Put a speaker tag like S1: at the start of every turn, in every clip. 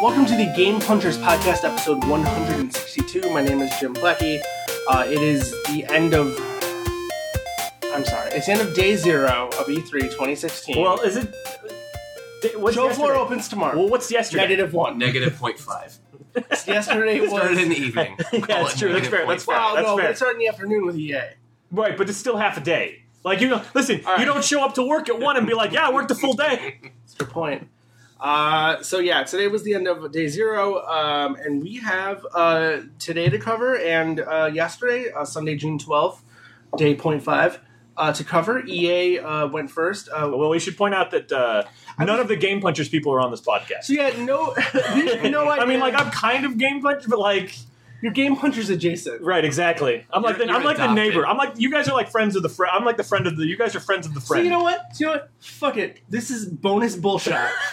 S1: Welcome to the Game Punchers Podcast, episode 162. My name is Jim Blackie. Uh, it is the end of. I'm sorry. It's the end of day zero of E E3 2016.
S2: Well, is it? di- What's
S1: show
S2: yesterday?
S1: floor opens tomorrow.
S2: Well, what's yesterday?
S1: Negative one.
S3: Negative 0.5.
S1: Yesterday
S3: It started
S1: was.
S3: in the evening.
S2: Yeah, that's true. That's fair. That's
S1: Well,
S2: That's
S1: no,
S2: fair.
S1: but it started in the afternoon with E EA.
S2: Right, but it's still half a day. Like you know, listen,
S1: right.
S2: you don't show up to work at one and be like, "Yeah, I worked the full day."
S1: That's your point. Uh, so yeah, today was the end of day zero, um, and we have uh, today to cover, and uh, yesterday, uh, Sunday, June twelfth, day point five, uh, to cover. EA uh, went first. Uh,
S2: Well, we should point out that uh, none of the Game Punchers people are on this podcast.
S1: so yeah, no, no,
S2: I mean, like I'm kind of Game Puncher, but like,
S1: your game puncher's adjacent.
S2: right, exactly. I'm like,
S3: You're-
S2: the, I'm
S3: you're
S2: like the
S3: adopted.
S2: neighbor. I'm like, you guys are like friends of the friend. I'm like the friend of the. You guys are friends of the
S1: So
S2: friend.
S1: you know what? So you know what? Fuck it. This is bonus bullshot.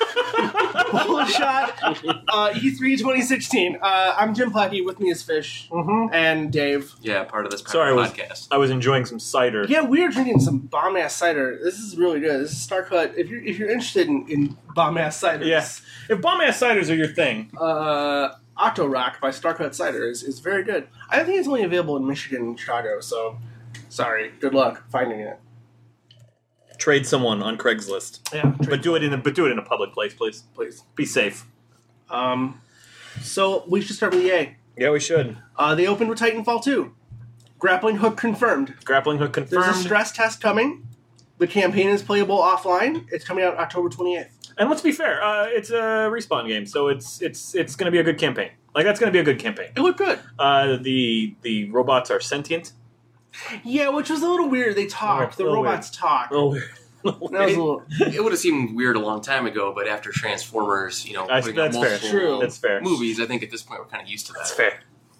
S1: bullshot. Uh, E3 2016. Uh, I'm Jim Plackey. With me is Fish
S2: Mhm.
S1: and Dave.
S3: Yeah, part of this
S2: Sorry, I was-
S3: podcast.
S2: I was enjoying some cider.
S1: Yeah, we are drinking some bomb ass cider. This is really good. This is Star Cut. If you're if you're interested in, in bomb ass ciders,
S2: Yeah. If bomb ass ciders are your thing,
S1: uh, Octo Rock by Star Cut Cider is, is very good. I think it's only available in Michigan and Chicago. So, sorry. Good luck finding it.
S2: trade someone on Craigslist,
S1: Yeah,
S2: but do it in a but do it in a public place, please.
S1: please.
S2: Be safe.
S1: Um, so we should start with EA.
S2: Yeah, we should.
S1: Uh, they opened with Titanfall two. Grappling hook confirmed.
S2: Grappling hook
S1: There's a
S2: confirmed.
S1: stress test coming. The campaign is playable offline. It's coming out October 28th.
S2: And let's be fair, uh, it's a respawn game, so it's it's it's going to be a good campaign. Like that's going to be a good campaign.
S1: It looked good.
S2: Uh, the the robots are sentient.
S1: Yeah, which was a little weird. They talk.
S2: Oh,
S1: the
S2: so
S1: robots talk.
S2: Oh,
S1: That was a little.
S3: It would have seemed weird a long time ago, but after Transformers, you know,
S2: I-
S3: putting
S2: that's
S3: out
S2: fair.
S3: multiple
S1: True.
S2: that's fair.
S3: movies, I think at this point we're kind of used to that.
S2: That's fair.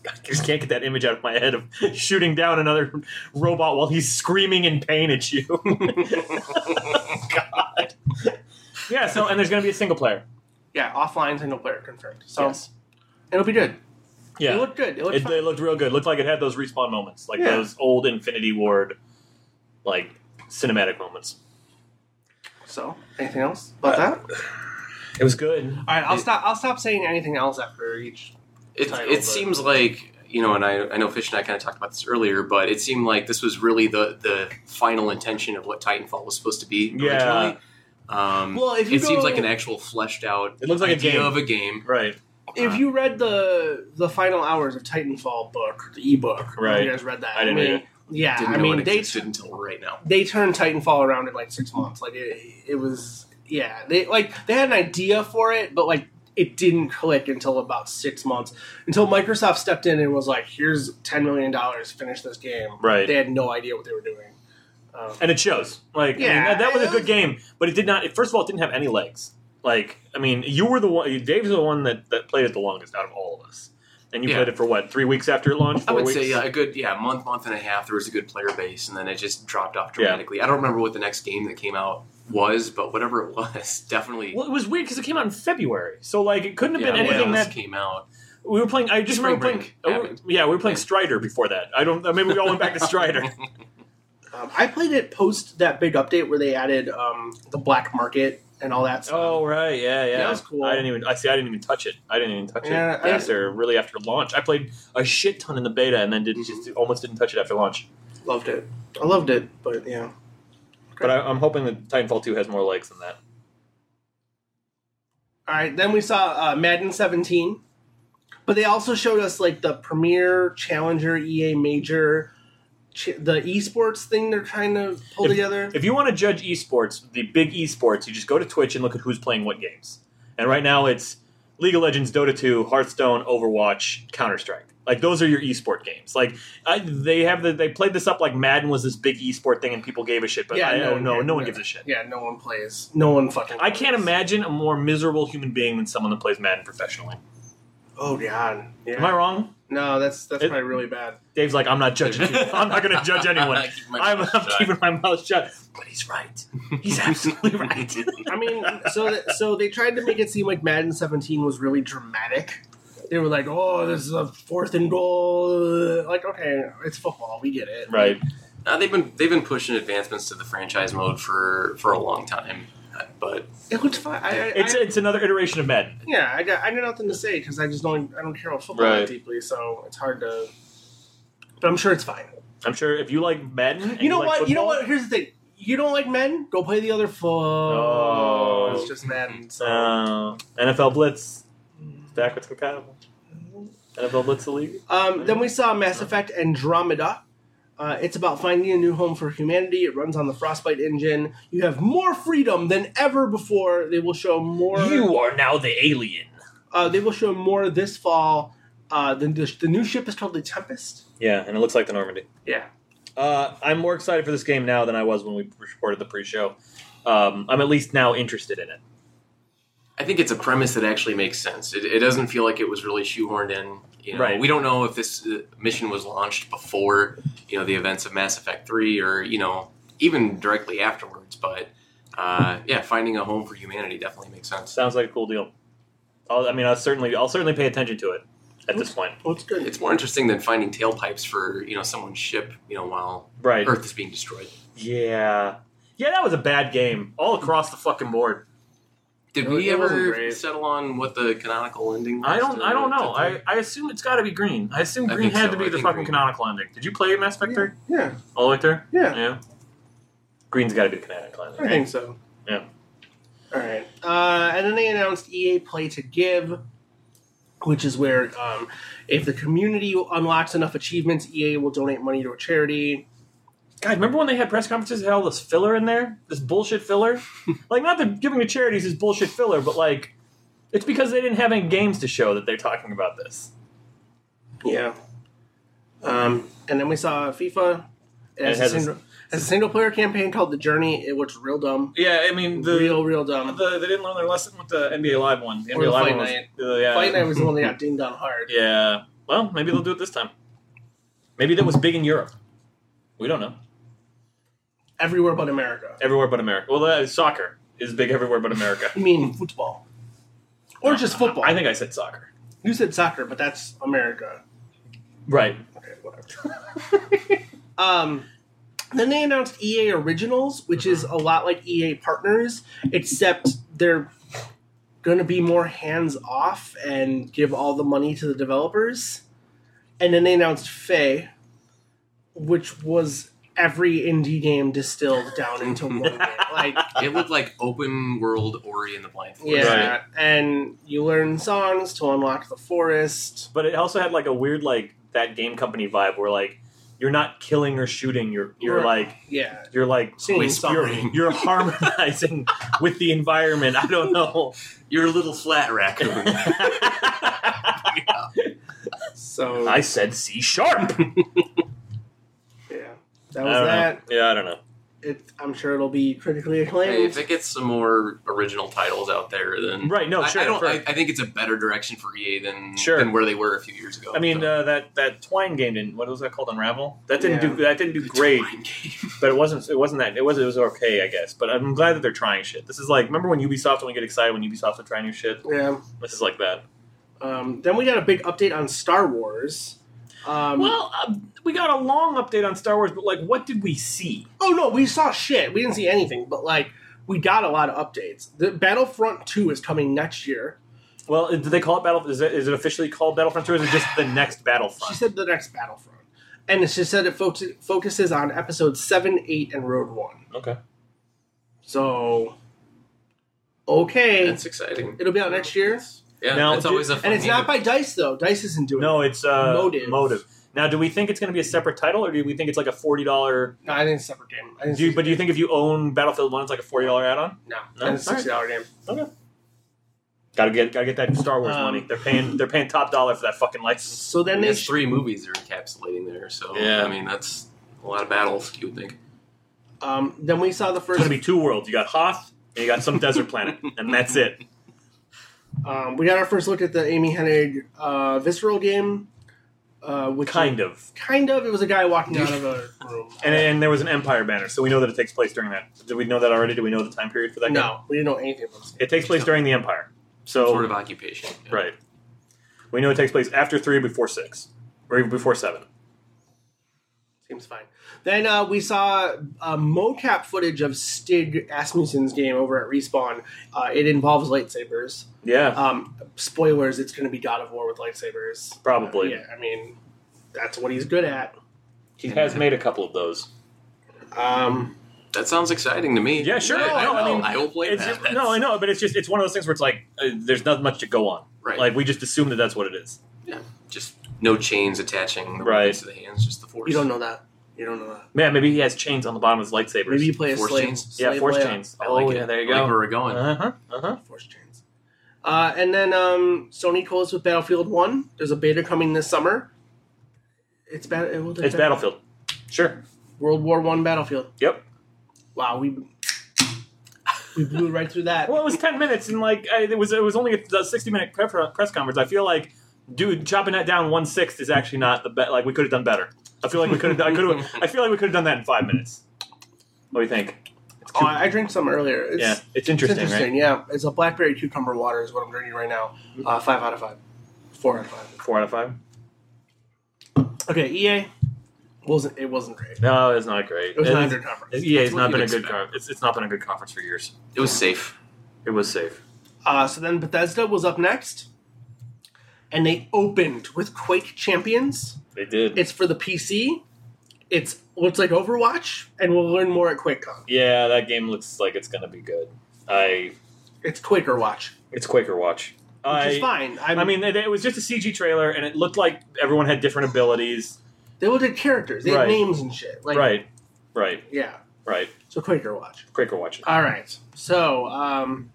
S2: I just can't get that image out of my head of shooting down another robot while he's screaming in pain at you. God. Yeah. So and there's going to be a single player.
S1: Yeah, offline single player confirmed. So
S2: Yes.
S1: it'll be good.
S2: Yeah.
S1: It looked good. It looked
S2: It,
S1: fun.
S2: it looked real good. Looked like it had those respawn moments, like
S1: Yeah.
S2: those old Infinity Ward, like cinematic moments.
S1: So anything else about that? All
S2: It was good.
S1: right, I'll
S3: Uh, it-
S1: stop. I'll stop saying anything else after each.
S3: It,
S1: title, but-
S3: it seems like, you know, and I, I know Fish and I kind of talked about this earlier, but it seemed like this was really the, the final intention of what Titanfall was supposed to be
S2: Yeah.
S3: originally. Um,
S1: Well, if you
S3: it seems
S1: go-
S3: like an actual fleshed out
S2: It looks like a
S3: idea
S2: game.
S3: of a game.
S2: Right.
S1: If
S3: uh,
S1: you read the the final hours of Titanfall book, the ebook,
S2: Right.
S1: You guys read that?
S2: I didn't
S1: mean,
S2: read it.
S1: Yeah,
S3: Didn't
S1: I
S3: know
S1: mean
S3: it
S1: they
S3: existed until right now.
S1: they turned Titanfall around in like six months. Like it, it was yeah. They like they had an idea for it, but like it didn't click until about six months. Until Microsoft stepped in and was like, "Here's ten million dollars. Finish this game."
S2: Right.
S1: They had no idea what they were doing. Um,
S2: and it shows. Like, I mean,
S1: Yeah.
S2: that, that was a good game, but it did not. It, first of all, it didn't have any legs. Like, I mean, you were the one. Dave's the one that, that played it the longest out of all of us, and you
S3: Yeah.
S2: played it for what three weeks after it launched.
S3: I
S2: Four
S3: would
S2: weeks?
S3: say uh, yeah, a good yeah month, month and a half. There was a good player base, and then it just dropped off
S2: Yeah.
S3: dramatically. I don't remember what the next game that came out was, but whatever it was, definitely
S2: Well, it was weird because it came out in February, so like it couldn't have
S3: yeah,
S2: been anything
S3: when
S2: that
S3: else came out.
S2: we were playing. I just
S3: Spring
S2: remember playing.
S3: break
S2: oh, we were-
S3: happened.
S2: yeah, we were playing Strider before that. I don't. Maybe we all went back to Strider.
S1: um, I played it post that big update where they added um, the black market and all that stuff.
S2: Oh right, yeah, yeah,
S1: Um, That was cool.
S2: I didn't even. I see. I didn't even touch it. I didn't even touch
S1: Yeah,
S2: it
S1: I-
S2: after really after launch. I played a shit ton in the beta and then didn't
S1: Mm-hmm.
S2: just almost didn't touch it after launch.
S1: Loved it. I loved it, but yeah.
S2: But I, I'm hoping that Titanfall 2 has more legs than that.
S1: All right, then we saw uh, Madden 17, but they also showed us like the Premier, Challenger, EA Major, ch- the esports thing they're trying to pull together.
S2: If you want to judge esports, the big esports, you just go to Twitch and look at who's playing what games. And right now it's League of Legends, Dota 2, Hearthstone, Overwatch, Counter Strike. Like those are your esport games. Like I, they have the, they played this up like Madden was this big esport thing and people gave a shit. But
S1: Yeah,
S2: I
S1: no,
S2: don't know.
S1: yeah,
S2: No, one
S1: yeah.
S2: gives a shit.
S1: yeah, no one plays. No one fucking.
S2: I can't
S1: plays.
S2: imagine a more miserable human being than someone that plays Madden professionally.
S1: Oh god. Yeah.
S2: Am I wrong?
S1: no, that's that's
S2: It-
S1: probably really bad.
S2: Dave's like, I'm not judging. you. I'm not going to judge anyone.
S3: I keep my
S2: I'm,
S3: mouth
S2: I'm
S3: shut.
S2: keeping my mouth shut. But he's right. He's absolutely right.
S1: I mean, so th- so they tried to make it seem like Madden 17 was really dramatic. They were like, "Oh, this is a fourth and goal." Like, okay, it's football. We get it.
S2: Right.
S3: Uh, they've been they've been pushing advancements to the franchise mode for for a long time. But
S1: It looked fine. I, I,
S2: It's
S1: I-
S2: it's another iteration of Madden.
S1: yeah, I got I got nothing to say because I just don't I don't care about football
S3: Right.
S1: that deeply, so it's hard to. But I'm sure it's fine.
S2: I'm sure if you like Madden, and
S1: you know
S2: like
S1: what? you know
S2: football-
S1: what? Here's the thing. You don't like men? Go play the other foot.
S2: Oh.
S1: It's just men. So
S2: Uh, NFL Blitz. Backwards compatible. NFL Blitz the league.
S1: Um, then we saw Mass Effect Andromeda. Uh, it's about finding a new home for humanity. It runs on the Frostbite engine. You have more freedom than ever before. They will show more.
S2: are now the alien.
S1: Uh, they will show more this fall. Uh, the, the, the new ship is called the Tempest.
S2: Yeah, and it looks like the Normandy.
S1: Yeah.
S2: Uh, I'm more excited for this game now than I was when we reported the pre-show. Um, I'm at least now interested in it.
S3: I think it's a premise that actually makes sense. It, it doesn't feel like it was really shoehorned in. You know,
S2: Right.
S3: we don't know if this uh, mission was launched before you know the events of Mass Effect Three, or you know even directly afterwards. But uh, yeah, finding a home for humanity definitely makes sense.
S2: Sounds like a cool deal. I'll, I mean, I'll certainly, I'll certainly pay attention to it at this point.
S1: Oh, it's good.
S3: It's more interesting than finding tailpipes for you know someone's ship. You know while
S2: Right?
S3: Earth is being destroyed.
S2: Yeah. Yeah, that was a bad game all across the fucking board.
S3: Did
S1: It
S3: we
S1: wa- it wasn't
S3: ever
S1: great.
S3: settle on what the canonical ending? Was
S2: I don't,
S3: to-
S2: I don't
S3: to
S2: know.
S3: three?
S2: I, I assume it's got to be green. I assume
S3: I
S2: green
S3: think
S2: had
S3: so.
S2: to be
S3: I
S2: the
S3: think
S2: fucking
S3: green.
S2: canonical ending. Did you play Mass Effect
S1: Yeah.
S2: three?
S1: yeah,
S2: All the way through?
S1: Yeah.
S2: Green's got to be the canonical ending.
S1: I think so.
S2: Yeah.
S1: All right. Uh, and then they announced EA Play to Give, which is where um, if the community unlocks enough achievements, EA will donate money to a charity.
S2: God, remember when they had press conferences that had all this filler in there? This bullshit filler? like, not that giving to charities is bullshit filler, but like, it's because they didn't have any games to show that they're talking about this.
S1: Yeah. Um, and then we saw FIFA. It has,
S2: It has
S1: a,
S2: a-
S1: single, has a single player campaign called The Journey, it, which real dumb.
S2: Yeah, I mean,
S1: real, real dumb.
S2: Um, the they didn't learn their lesson with the NBA Live one. The
S1: Or the
S2: NBA Live
S1: Fight
S2: one was,
S1: Night.
S2: uh, yeah.
S1: Fight Night was the one that got dinged on hard.
S2: yeah. Well, maybe they'll do it this time. Maybe that was big in Europe. We don't know.
S1: Everywhere but America.
S2: Everywhere but America. Well, uh, soccer is big everywhere but America.
S1: I mean, football. Or just football.
S2: I think I said soccer.
S1: you said soccer, but that's America.
S2: Right.
S1: Okay, whatever. um, then they announced EA Originals, which is a lot like EA Partners, except they're going to be more hands off and give all the money to the developers. And then they announced Faye, which was every indie game distilled down into one game. Like,
S3: It looked like open world Ori in the Blind Forest.
S1: yeah, and you learn songs to unlock the forest.
S2: But it also had like a weird like that game company vibe where like you're not killing or shooting. You're you're
S1: Right.
S2: like
S1: Yeah,
S2: you're like
S1: Singing
S2: you're-
S3: something.
S2: You're, harmonizing with the environment. I don't know.
S3: You're a little flat raccoon.
S1: so
S2: I said C sharp.
S1: yeah, that
S2: I
S1: was
S2: don't
S1: that.
S2: Know. Yeah, I don't know.
S1: it, I'm sure it'll be critically
S3: Hey,
S1: acclaimed.
S3: if it gets some more original titles out there, then
S2: Right? No,
S3: I-
S2: sure.
S3: I, don't.
S2: for-
S3: I, I think it's a better direction for EA than
S2: Sure.
S3: than where they were a few years ago.
S2: I mean
S3: So-
S2: uh, that that Twine game didn't. What was that called? Unravel. That didn't
S1: Yeah.
S2: do. That didn't do
S3: It's a
S2: great.
S3: fine game.
S2: But it wasn't. It wasn't that. It was. It was okay, I guess. But I'm glad that they're trying shit. This is like. Remember when Ubisoft when we get excited when Ubisoft would try new shit.
S1: yeah.
S2: This is like that.
S1: Um, then we got a big update on Star Wars. Um,
S2: Well, um, we got a long update on Star Wars, but like, what did we see?
S1: oh no, we saw shit. We didn't see anything, but like we got a lot of updates. The Battlefront Two is coming next year.
S2: Well, did they call it Battle? Is it, is it officially called Battlefront Two, or is it just the next
S1: She
S2: Battlefront?
S1: said the next Battlefront, and she said it fo- focuses on episodes seven, eight, and Road One.
S2: Okay.
S1: So, okay,
S3: That's exciting.
S1: it'll be out next year,
S3: Yeah,
S2: Now,
S3: that's
S2: do-
S3: always a fun
S1: and it's
S3: game.
S1: not by Dice though. Dice isn't doing
S2: No,
S1: it.
S2: it's uh,
S1: Motive.
S2: Motive. Now, do we think it's going to be a separate title, or do we think it's like a forty dollar?
S1: No, I think it's a separate game. I think
S2: Do you, but do you think if you own Battlefield One, it's like a forty dollar add on?
S1: no,
S2: No?
S1: no, it's a sixty dollar game.
S2: Gotta get, gotta get that Star Wars
S1: Um,
S2: money. They're paying, they're paying top dollar for that fucking license.
S1: So
S3: I
S1: then
S3: mean,
S1: they
S3: that's three movies they're encapsulating there. So
S2: Yeah.
S3: I mean, that's a lot of battles. You would think.
S1: Um, then we saw the
S2: It's
S1: first.
S2: gonna be two worlds. You got Hoth, and you got some desert planet, and that's it.
S1: Um, we got our first look at the Amy Hennig uh, visceral game, uh, which
S2: Kind of.
S1: kind of it was a guy walking out of a room.
S2: And, and there was an Empire banner, so we know that it takes place during that. Did we know that already? Do we know the time period for that? game?
S1: no, we didn't know anything about this game.
S2: It takes place during the Empire. So
S3: sort of occupation. Yeah.
S2: right. We know it takes place after three, before six, or even before seven.
S1: Seems fine. Then uh, we saw uh, mocap footage of Stig Asmussen's game over at Respawn. Uh, it involves lightsabers.
S2: Yeah,
S1: Um, spoilers: It's going to be God of War with lightsabers.
S2: probably.
S1: Yeah, I mean, that's what he's good at.
S2: He has made a couple of those.
S1: Um,
S3: That sounds exciting to me.
S2: Yeah, sure.
S3: I, I,
S2: No, I
S3: will-
S2: mean,
S3: I will play
S2: It's
S3: that.
S2: just, no, I know, but it's just it's one of those things where it's like uh, there's not much to go on.
S3: Right.
S2: Like we just assume that that's what it is.
S3: Yeah, just no chains attaching the
S2: Right.
S3: weapons to the hands, just the force.
S1: you don't know that. You don't know that.
S2: Man, maybe he has chains on the bottom of his lightsabers.
S1: Maybe you play a
S3: Force
S1: slave.
S3: chains?
S2: yeah,
S1: slave
S2: force
S1: layout.
S2: chains.
S3: I
S2: oh
S3: like it.
S2: yeah, there you
S3: I like
S2: go.
S3: where we're going.
S2: Uh huh. Uh huh.
S1: Force chains. Uh, and then um, Sony closed with Battlefield One. There's a beta coming this summer. It's bat- it will-
S2: It's Battlefield. Sure.
S1: World War One Battlefield.
S2: Yep.
S1: Wow, we we blew right through that.
S2: Well, it was ten minutes, and like I, it was it was only a the sixty minute pre- press conference. I feel like, dude, chopping that down one sixth is actually not the best. Like we could have done better. I feel like we could have. I could have. I feel like we could have done that in five minutes. What do you think?
S1: Oh, I I drank some earlier. It's,
S2: yeah, it's
S1: it's
S2: interesting,
S1: interesting. Yeah, it's a blackberry cucumber water is what I'm drinking right now.
S2: Mm-hmm.
S1: Uh, five out of five, four out of five.
S2: right? Four out of five.
S1: Okay,
S2: E
S1: EA wasn't it wasn't great.
S2: No, it's not great.
S1: It was
S2: It
S1: not
S2: is-
S1: under conference.
S2: Yeah,
S3: That's
S2: it's
S3: what
S2: not
S3: you'd
S2: been a good.
S3: expect.
S2: Con- it's, it's not been a good conference for years.
S3: It was safe.
S2: It was safe.
S1: Uh, so then Bethesda was up next, and they opened with Quake Champions.
S2: They did.
S1: It's for the PC. It's looks like Overwatch, and we'll learn more at QuakeCon.
S2: yeah, that game looks like it's gonna be good. I.
S1: It's Quaker Watch,
S2: It's Quaker Watch.
S1: which is fine. I'm,
S2: I mean, it, it was just a CG trailer, and it looked like everyone had different abilities.
S1: they looked at characters, they
S2: Right.
S1: had names and shit. Like,
S2: right, right,
S1: Yeah.
S2: right.
S1: So Quaker Watch.
S2: Quaker Watch.
S1: All right. So um,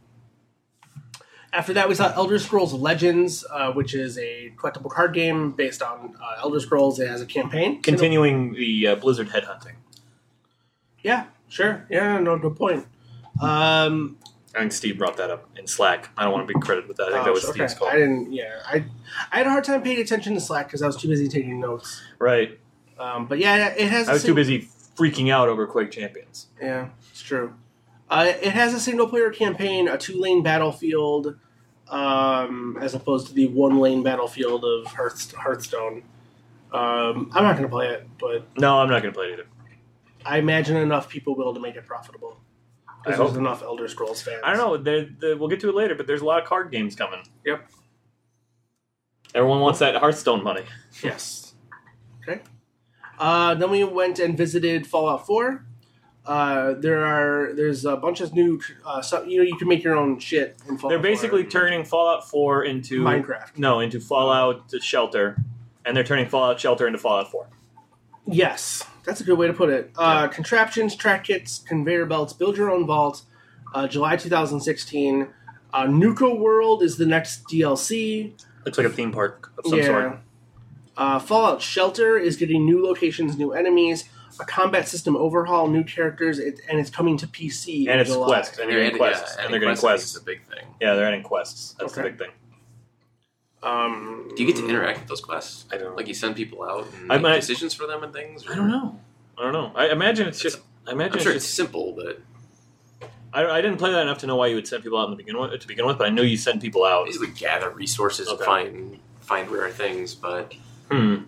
S1: after that, we saw Elder Scrolls Legends, uh, which is a collectible card game based on uh, Elder Scrolls. It has a campaign.
S2: Continuing the uh, Blizzard headhunting.
S1: Yeah. Sure. Yeah. No. Good point. Um,
S2: I think Steve brought that up in Slack. I don't want to be credited with that. I think that was
S1: oh, okay.
S2: Steve's call.
S1: I didn't. Yeah. I I had a hard time paying attention to Slack because I was too busy taking notes.
S2: Right.
S1: Um, but yeah, it has.
S2: I was
S1: a
S2: too
S1: sing-
S2: busy freaking out over Quake Champions.
S1: Yeah, it's true. Uh, it has a single player campaign, a two lane battlefield, um, as opposed to the one lane battlefield of Hearthst- Hearthstone. Um, I'm not going to play it, but
S2: No, I'm not going to play it either.
S1: I imagine enough people will to make it profitable.
S2: I
S1: Because
S2: hope-
S1: there's enough Elder Scrolls fans.
S2: I don't know. There, there, we'll get to it later, but there's a lot of card games coming.
S1: Yep.
S2: Everyone wants that Hearthstone money.
S1: Yes. Okay. Uh, then we went and visited Fallout 4. Uh, there are there's a bunch of new uh, so, you know you can make your own shit in Fallout.
S2: They're basically
S1: 4.
S2: turning Fallout 4 into
S1: Minecraft.
S2: No, into Fallout Shelter, and they're turning Fallout Shelter into Fallout 4.
S1: Yes, that's a good way to put it. Uh, Contraptions, track kits, conveyor belts, build your own vault. Uh, July 2016. Uh, Nuka World is the next DLC.
S2: Looks like a theme park of some sort.
S1: Uh, Fallout Shelter is getting new locations, new enemies, a combat system overhaul, new characters, it, and it's coming to PC. in
S2: And it's
S1: July.
S2: quests, and they're getting
S3: adding-
S2: quests,
S3: yeah,
S2: and
S3: adding
S2: they're getting
S3: quests.
S2: quests.
S3: is a big thing.
S2: Yeah, they're adding quests. That's
S1: Okay.
S2: the big thing.
S1: Um,
S3: Do you get to interact with those quests?
S2: I don't know.
S3: Like you send people out and
S2: Mm. I
S3: make
S2: might-
S3: decisions for them and things. Or?
S2: know. I don't know. I imagine it's just. I imagine
S3: I'm sure
S2: it's
S3: it's
S2: just.
S3: simple, but
S2: I, I didn't play that enough to know why you would send people out in the begin with, to begin with, but I know you send people out.
S3: basically gather resources
S2: Okay.
S3: and find find rare things. But
S2: Hmm.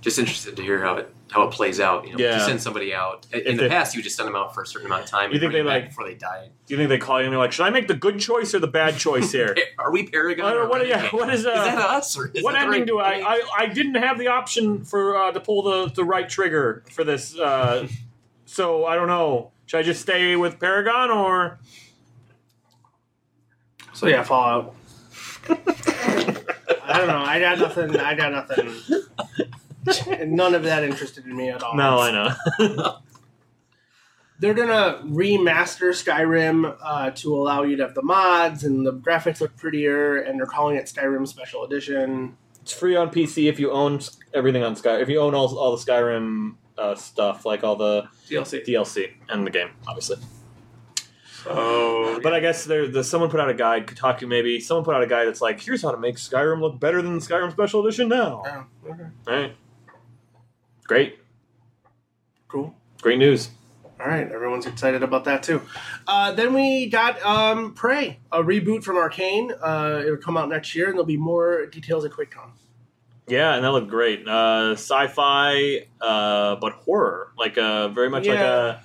S3: just interested to hear how it how it plays out. You know,
S2: Yeah.
S3: you send somebody out in
S2: If
S3: the
S2: they-
S3: past, you would just send them out for a certain amount of time.
S2: You
S3: and
S2: think
S3: bring
S2: they,
S3: them back
S2: like-
S3: before they die?
S2: Do you think they call you and they're like, should I make the good choice or the bad choice here?
S3: Are we Paragon?
S2: I don't know,
S3: or
S2: what, yeah,
S3: Renegade?
S2: what is, uh,
S3: is that us or is
S2: what
S3: that the
S2: ending
S3: right
S2: do I,
S3: thing?
S2: I? I didn't have the option for uh, to pull the the right trigger for this, uh, so I don't know. Should I just stay with Paragon or?
S1: So yeah, Fallout. I don't know. I got nothing. I got nothing. None of that interested in me at all.
S2: No, I know.
S1: they're gonna remaster Skyrim uh, to allow you to have the mods and the graphics look prettier, and they're calling it Skyrim Special Edition.
S2: it's free on PC if you own everything on Sky. If you own all all the Skyrim uh, stuff, like all the
S1: DLC.
S2: DLC and the game, obviously.
S1: Oh,
S2: But I guess there, the, someone put out a guide. Kotaku maybe someone put out a guide that's like, here's how to make Skyrim look better than the Skyrim Special Edition now.
S1: okay.
S2: All right, great,
S1: cool.
S2: great news.
S1: All right, everyone's excited about that too. Uh, then we got um, Prey, a reboot from Arcane. Uh, it'll come out next year, and there'll be more details at QuakeCon.
S2: Yeah, and that looked great. Uh, sci-fi, uh, but horror, like uh, very much like
S1: Yeah.
S2: a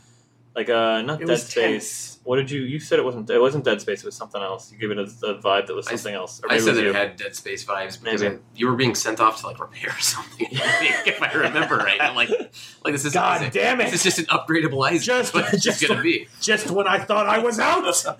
S2: like a not
S1: It
S2: Dead
S1: was
S2: Space.
S1: tense.
S2: What did you? You said it wasn't. It wasn't Dead Space. It was something else. You gave it a, a vibe that was
S3: I-
S2: something else. Or
S3: I
S2: maybe it
S3: said that
S2: was
S3: it had Dead Space vibes because
S2: Maybe.
S3: I- you were being sent off to like repair something. if I remember right, I'm like, like this is
S2: God
S3: this,
S2: damn it.
S3: This is just an upgradable Isaac.
S2: Just-
S3: what it's
S2: just-
S3: gonna be.
S2: you. just when I thought I was out.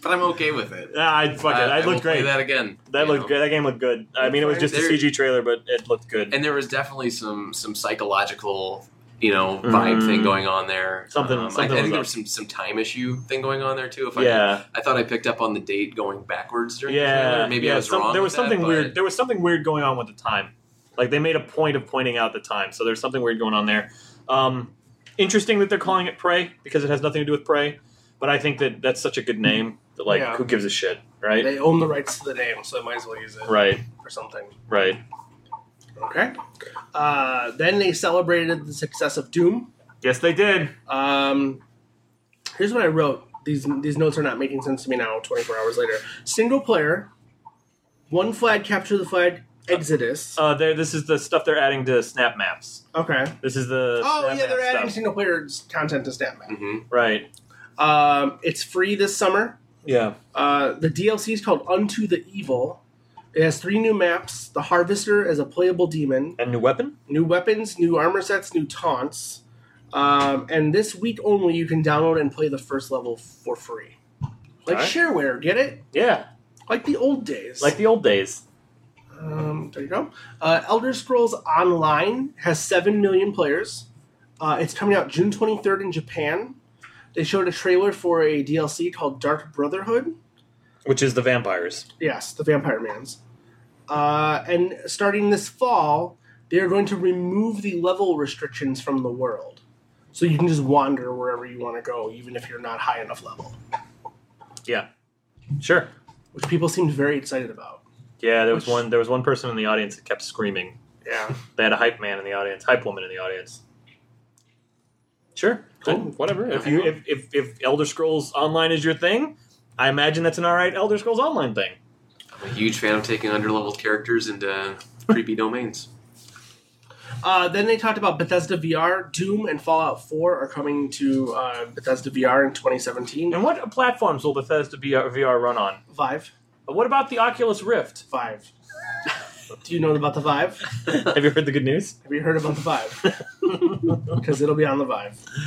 S3: But I'm okay with it.
S2: nah, I fuck
S3: Uh,
S2: it.
S3: I
S2: That
S3: will
S2: looked great.
S3: play
S2: That,
S3: That again. you
S2: looked
S3: know.
S2: good. That game looked good. I mean, it was just a
S3: There-
S2: CG trailer, but it looked good.
S3: And there was definitely some some psychological, you know, vibe
S2: Mm.
S3: thing going on there.
S2: Something-
S3: Um, I-
S2: something
S3: I,
S2: was
S3: think there
S2: up.
S3: was some some time issue thing going on there too. If I
S2: yeah,
S3: I thought I picked up on the date going backwards during the
S2: yeah.
S3: trailer. Maybe
S2: yeah,
S3: I was
S2: some-
S3: wrong.
S2: There
S3: with
S2: was something
S3: that, but-
S2: weird. There was something weird going on with the time. Like they made a point of pointing out the time. So there's something weird going on there. Um, interesting that they're calling it Prey because it has nothing to do with Prey. But I think that that's such a good name that like
S1: Yeah.
S2: who gives a shit, right?
S1: They own the rights to the name, so I might as well use it
S2: right,
S1: for something.
S2: right.
S1: Okay. Uh, then they celebrated the success of Doom.
S2: Yes, they did.
S1: Um, here's what I wrote. These these notes are not making sense to me now. 24 hours later, single player, one flag capture the flag. Exodus.
S2: Uh, there. This is the stuff they're adding to Snap Maps.
S1: Okay.
S2: This is the
S1: Oh
S2: Snap
S1: yeah, they're
S2: Map
S1: adding
S2: stuff.
S1: single player content to Snapman.
S3: Mhm.
S2: right.
S1: Um, it's free this summer.
S2: Yeah.
S1: Uh, the DLC is called Unto the Evil. It has three new maps: the Harvester as a playable demon,
S2: And new weapon.
S1: new weapons, new armor sets, new taunts. Um, and this week only, you can download and play the first level for free. Like
S2: Alright.
S1: shareware, get it?
S2: Yeah,
S1: Like the old days.
S2: like the old days.
S1: Um, there you go. Uh, Elder Scrolls Online has 7 million players. Uh, it's coming out June 23rd in Japan. They showed a trailer for a DLC called Dark Brotherhood.
S2: Which is the vampires.
S1: Yes, the Vampire Mans. Uh, and starting this fall, they are going to remove the level restrictions from the world. So you can just wander wherever you want to go, even if you're not high enough level,
S2: Yeah. Sure.
S1: which people seemed very excited about.
S2: Yeah, there was one. There was one person in the audience that kept screaming.
S1: Yeah.
S2: They had a hype man in the audience, hype woman in the audience. Sure,
S1: Cool.
S2: whatever. If you if, if if Elder Scrolls Online is your thing, I imagine that's an all right Elder Scrolls Online thing.
S3: I'm a huge fan of taking underleveled characters into creepy domains.
S1: Uh, then they talked about Bethesda VR, Doom, and Fallout 4 are coming to uh, Bethesda VR in 2017.
S2: And what platforms will Bethesda VR, VR run on?
S1: Vive,
S2: But what about the Oculus Rift?
S1: Vive. Do you know about the Vive?
S2: Have you heard the good news?
S1: Have you heard about the Vive? Because it'll be on the Vive.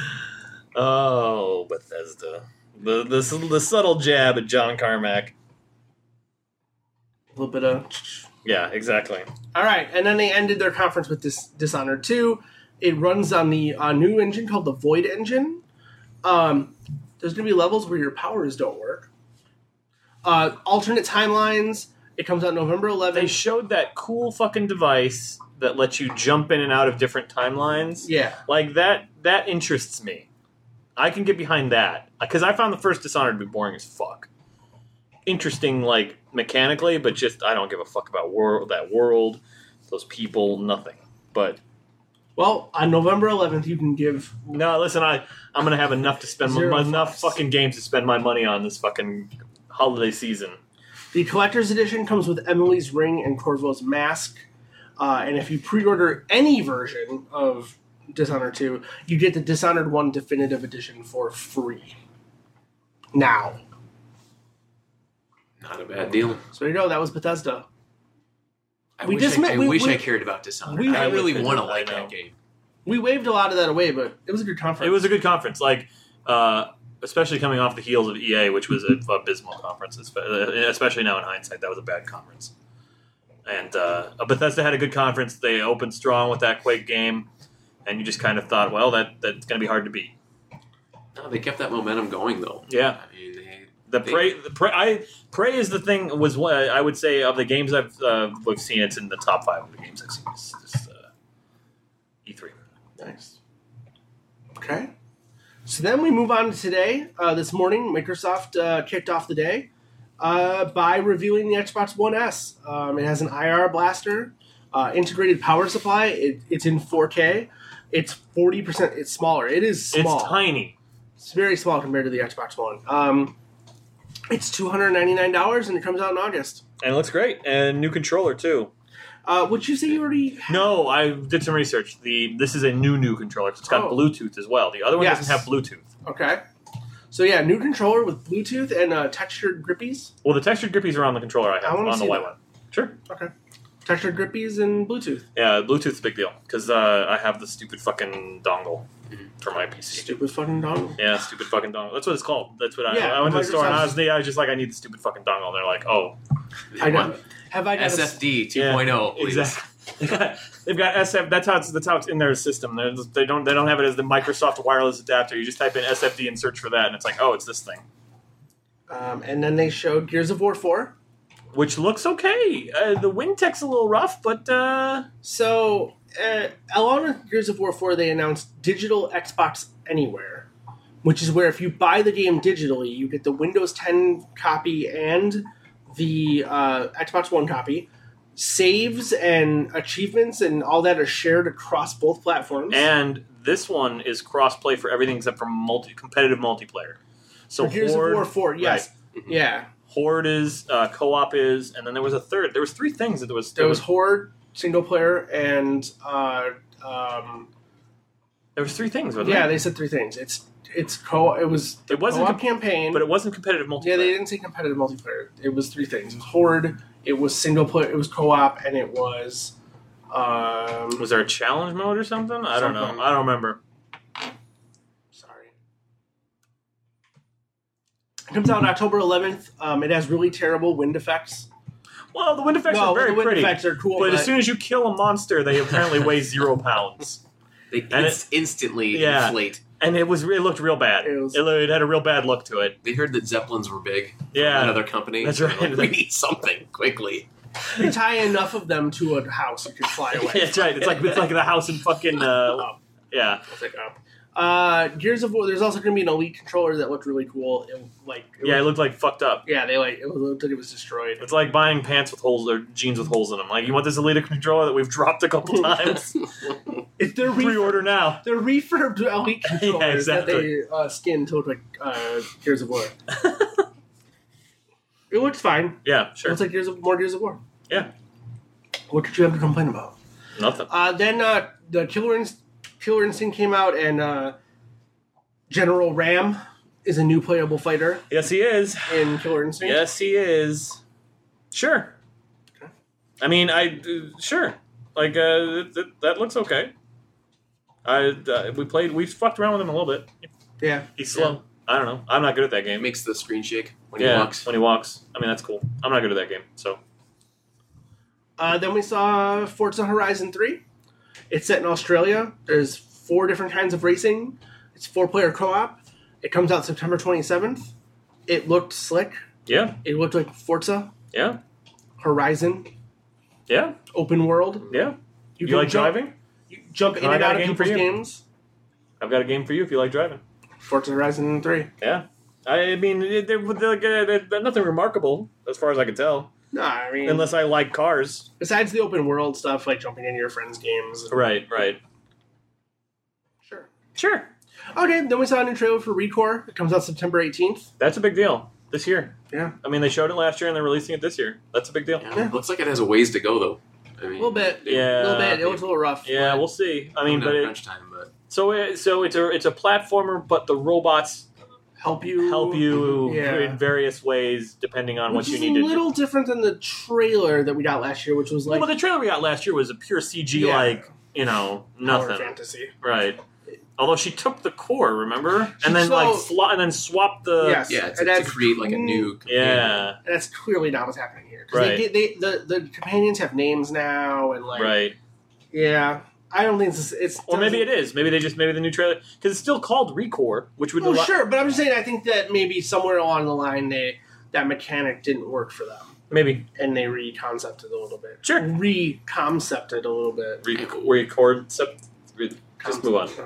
S2: Oh, Bethesda, the the, s- the subtle jab at John Carmack.
S1: A little bit of.
S2: Yeah, exactly.
S1: All right, and then they ended their conference with Dis- Dishonored 2. It runs on the uh, new engine called the Void Engine. Um, there's going to be levels where your powers don't work. Uh, alternate timelines. It comes out November 11th.
S2: They showed that cool fucking device that lets you jump in and out of different timelines.
S1: yeah.
S2: Like that that interests me. I can get behind that because I found the first Dishonored to be boring as fuck. Interesting, like mechanically, but just I don't give a fuck about world that world, those people, nothing. But
S1: Well, on November 11th, you can give.
S2: no, listen, I I'm gonna have enough to spend
S1: Zero
S2: my, enough
S1: fucks.
S2: fucking games to spend my money on this fucking holiday season.
S1: The collector's edition comes with Emily's ring and Corvo's mask. Uh, and if you pre order any version of Dishonored 2, you get the Dishonored 1 Definitive Edition for free. Now.
S3: Not a bad deal.
S1: So there you go, that was Bethesda.
S3: I
S1: We
S3: wish,
S1: just
S3: I,
S1: met-
S3: I,
S1: we-
S3: wish
S1: we-
S3: I cared about Dishonored.
S1: we-
S3: I really
S2: I wish I
S3: want to
S2: did,
S3: like
S2: I know.
S3: that game.
S1: We waved a lot of that away, but it was a good conference.
S2: It was a good conference, like uh, especially coming off the heels of EA, which was an abysmal conference. espe- uh, Especially now in hindsight, that was a bad conference. And uh, Bethesda had a good conference. They opened strong with that Quake game, and you just kind of thought, well, that that's going to be hard to beat.
S3: No, they kept that momentum going though.
S2: Yeah,
S3: I mean, they,
S2: the prey, the prey, I prey is the thing was what I would say of the games I've uh, we've seen. It's in the top five of the games I've seen. It's just, uh, E three.
S1: Nice. Okay. So then we move on to today. Uh, this morning, Microsoft uh, kicked off the day uh, by revealing the Xbox One S. Um, it has an IR blaster, uh, integrated power supply. It, it's in 4K. It's 40%. It's smaller. It is small.
S2: It's tiny.
S1: It's very small compared to the Xbox One. Um, it's $299 and it comes out in August.
S2: and it looks great and new controller too
S1: Uh, would you say you already?
S2: No, I did some research. The this is a new new controller. 'cause It's got
S1: Oh.
S2: Bluetooth as well. The other one doesn't
S1: Yes.
S2: have Bluetooth.
S1: Okay. So yeah, new controller with Bluetooth and uh, textured grippies.
S2: Well, the textured grippies are on the controller I
S1: I
S2: have
S1: wanna
S2: on the
S1: see
S2: white
S1: that.
S2: one. Sure.
S1: Textured grippies and Bluetooth.
S2: Yeah, Bluetooth's a big deal because uh, I have the stupid fucking dongle for my PC.
S1: Stupid fucking dongle.
S2: Yeah, stupid fucking dongle. That's what it's called. That's what
S1: Yeah,
S2: I, I went to the store and
S1: Microsoft's-
S2: honestly, I was just like, I need the stupid fucking dongle. And they're like, oh,
S1: I know.
S3: What?
S1: Have I got a s-
S3: SFD
S2: Yeah,
S3: 2.0.
S1: Oh,
S3: please.
S2: They've got- They've got SF. That's how it's that's how it's in their system. They're, they don't they don't have it as the Microsoft wireless adapter. You just type in SFD and search for that, and it's like, oh, it's this thing,
S1: Um, and then they showed Gears of War four.
S2: which looks okay. Uh, the WinTech's a little rough, but uh,
S1: So uh, along with Gears of War four, they announced digital Xbox Anywhere, which is where if you buy the game digitally, you get the Windows 10 copy and the uh, Xbox One copy. Saves and achievements and all that are shared across both platforms.
S2: and this one is cross-play for everything except for multi competitive multiplayer. So
S1: For Gears
S2: Horde,
S1: of War four, yes, yeah.
S2: Horde is uh, co-op is, and then there was a third. There was three things that there was.
S1: There was Horde single player and uh, um,
S2: there was three things. Wasn't
S1: yeah,
S2: there?
S1: they said three things. It's it's co it was
S2: it wasn't,
S1: co-op
S2: com-
S1: campaign,
S2: but it wasn't competitive multiplayer.
S1: Yeah, they didn't say competitive multiplayer. It was three things: it was horde, it was single player, it was co-op, and it was. Um,
S2: Was there a challenge mode or something? I don't
S1: Something.
S2: know. I don't remember.
S1: sorry. It comes out on October 11th. Um, it has really terrible wind effects.
S2: Well, the wind effects
S1: no,
S2: are very
S1: the wind
S2: pretty.
S1: effects are cool,
S2: but as soon as you kill a monster, they apparently weigh zero pounds,
S3: They
S2: And
S3: inst- instantly
S2: yeah.
S3: inflate.
S2: and it was it looked real bad.
S1: It was-
S2: it, lo- it had a real bad look to it.
S3: They heard that Zeppelins were big. from
S2: Yeah.
S3: Another company.
S2: That's
S3: They're
S2: right.
S3: Like, we need something quickly.
S1: you tie enough of them to a house, you can fly away. Um,
S2: That's right. It's like it's like the house in fucking uh, yeah.
S1: It's like, oh. Uh, Gears of War. There's also going to be an elite controller that looked really cool. It like it
S2: Yeah, it
S1: was-
S2: looked like fucked up.
S1: yeah. They like it looked like it was destroyed.
S2: It's like buying pants with holes or jeans with holes in them. Like you want this Elite controller that we've dropped a couple times.
S1: It's their re-
S2: Pre-order now.
S1: They're refurbed elite controllers that
S2: exactly.
S1: they uh, skinned to look like uh, Gears of War. it looks fine.
S2: Yeah,
S1: It
S2: sure.
S1: looks like Gears of more Gears of War.
S2: Yeah.
S1: What did you have to complain about?
S2: Nothing.
S1: Uh, then uh, the Killer, Inst- Killer Instinct came out, and uh, General Ram is a new playable fighter
S2: Yes, he is.
S1: in Killer Instinct.
S2: Yes, he is. Sure. I mean, I uh, sure. Like uh, th- th- that looks okay. I uh, we played we fucked around with him a little bit.
S1: Yeah.
S2: He's slow. I don't know. I'm not good at that
S3: It
S2: game.
S3: makes the screen shake when
S2: yeah,
S3: he walks.
S2: when he walks. I mean, that's cool. I'm not good at that game. So
S1: Uh, then we saw Forza Horizon 3. It's set in Australia. There's four different kinds of racing. It's four player co op. It comes out September 27th. It looked slick.
S2: yeah,
S1: It looked like Forza
S2: yeah,
S1: Horizon
S2: yeah,
S1: open world.
S2: yeah. You,
S1: can
S2: like
S1: jump,
S2: driving?
S1: You jump in
S2: I
S1: and
S2: got
S1: out
S2: a
S1: of
S2: game for
S1: people's
S2: you.
S1: games.
S2: I've got a game for you if you like driving.
S1: Forza Horizon 3.
S2: Yeah. I mean, it- they're, they're, they're, they're nothing remarkable as far as I can tell,
S1: No, I mean,
S2: unless I like cars.
S1: besides the open world stuff, like jumping into your friends' games.
S2: Right, right.
S1: Sure.
S2: Sure.
S1: Okay, then we saw a new trailer for Recore. It comes out September 18th.
S2: That's a big deal this year.
S1: Yeah.
S2: I mean, they showed it last year and they're releasing it this year. That's a big deal.
S3: Yeah.
S1: Yeah.
S3: Looks like it has a ways to go though. I mean,
S1: A little bit.
S2: Yeah.
S1: A little bit. It looks a little rough.
S2: Uh, Yeah, we'll see. I
S3: I mean,
S2: mean, but it,
S3: crunch time, but
S2: so it, so it's a it's a platformer, but the robots
S1: Help you.
S2: help you
S1: Yeah.
S2: in various ways depending on
S1: Which
S2: what you
S1: is
S2: need
S1: a
S2: to do.
S1: little different than the trailer that we got last year, which was like
S2: well, the trailer we got last year was a pure CG,
S1: Yeah.
S2: like you know,
S1: power
S2: nothing,
S1: fantasy.
S2: right? Although she took the core, remember, and then
S1: So-
S2: like swa- and then swapped the
S1: Yes.
S3: yeah, it's,
S1: And
S3: to
S1: that's-
S3: create like a new companion.
S2: yeah,
S1: And that's clearly not what's happening here. 'Cause
S2: Right.
S1: They, get- they, the the companions have names now, and like
S2: right.
S1: yeah, I don't think it's it's
S2: Or maybe it is. Maybe they just maybe the new trailer because it's still called Recore, which would
S1: Oh
S2: allow-
S1: sure, but I'm just saying I think that maybe somewhere along the line they that mechanic didn't work for them,
S2: maybe
S1: and they reconcepted a little bit.
S2: Sure.
S1: Reconcepted a little bit.
S2: Re- record. sep- re- Just move on.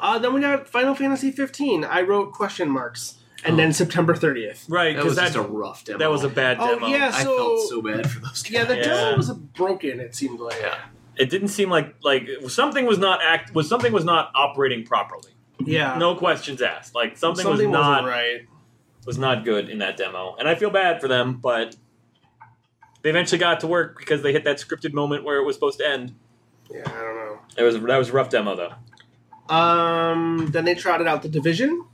S1: Uh, then we got Final Fantasy 15. I wrote question marks, and then September 30th.
S2: Right,
S3: That
S2: because
S3: was
S2: that,
S3: just a rough demo.
S2: that was a bad
S1: Oh,
S2: demo.
S1: yes.
S3: I
S1: so-
S3: felt so bad for those guys.
S1: Yeah, the
S2: Yeah.
S1: demo was broken. It seemed like.
S3: Yeah.
S2: It didn't seem like like something was not act was something was not operating properly.
S1: Yeah.
S2: No questions asked. Like something, was
S1: wasn't
S2: not
S1: right.
S2: was not good in that demo, and I feel bad for them, but. They eventually got it to work because they hit that scripted moment where it was supposed to end.
S1: Yeah, I don't know.
S2: It was that was a rough demo though.
S1: Um, then they trotted out the division.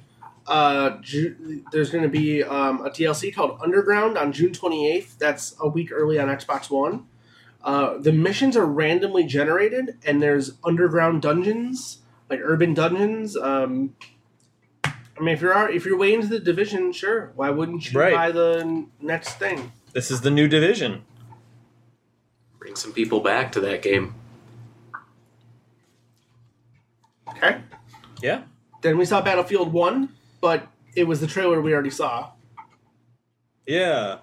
S1: Uh, Ju- there's going to be um, a DLC called Underground on June 28th. That's a week early on Xbox One. Uh, the missions are randomly generated, and there's underground dungeons, like urban dungeons. Um, I mean, if you're out- if you're way into the division, sure. Why wouldn't you
S2: Right.
S1: buy the n- next thing?
S2: This is the new division.
S3: Bring some people back to that game.
S1: Okay.
S2: Yeah.
S1: Then we saw Battlefield One, but it was the trailer we already saw.
S2: Yeah.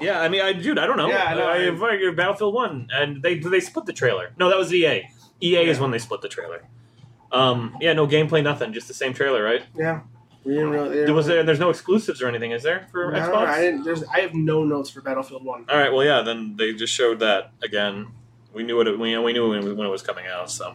S2: Yeah, I mean, I dude, I don't know.
S1: Yeah, I know.
S2: I, I- Battlefield One, and they they split the trailer. No, that was E EA. EA is when they split the trailer. Um, yeah, no gameplay, nothing, just the same trailer, right?
S1: Yeah, we didn't really.
S2: There was there, there's no exclusives or anything, is there for
S1: No,
S2: Xbox?
S1: I didn't. There's. I have no notes for Battlefield One.
S2: All right, well, yeah, then they just showed that again. We knew what it, we, we knew when it was coming out, so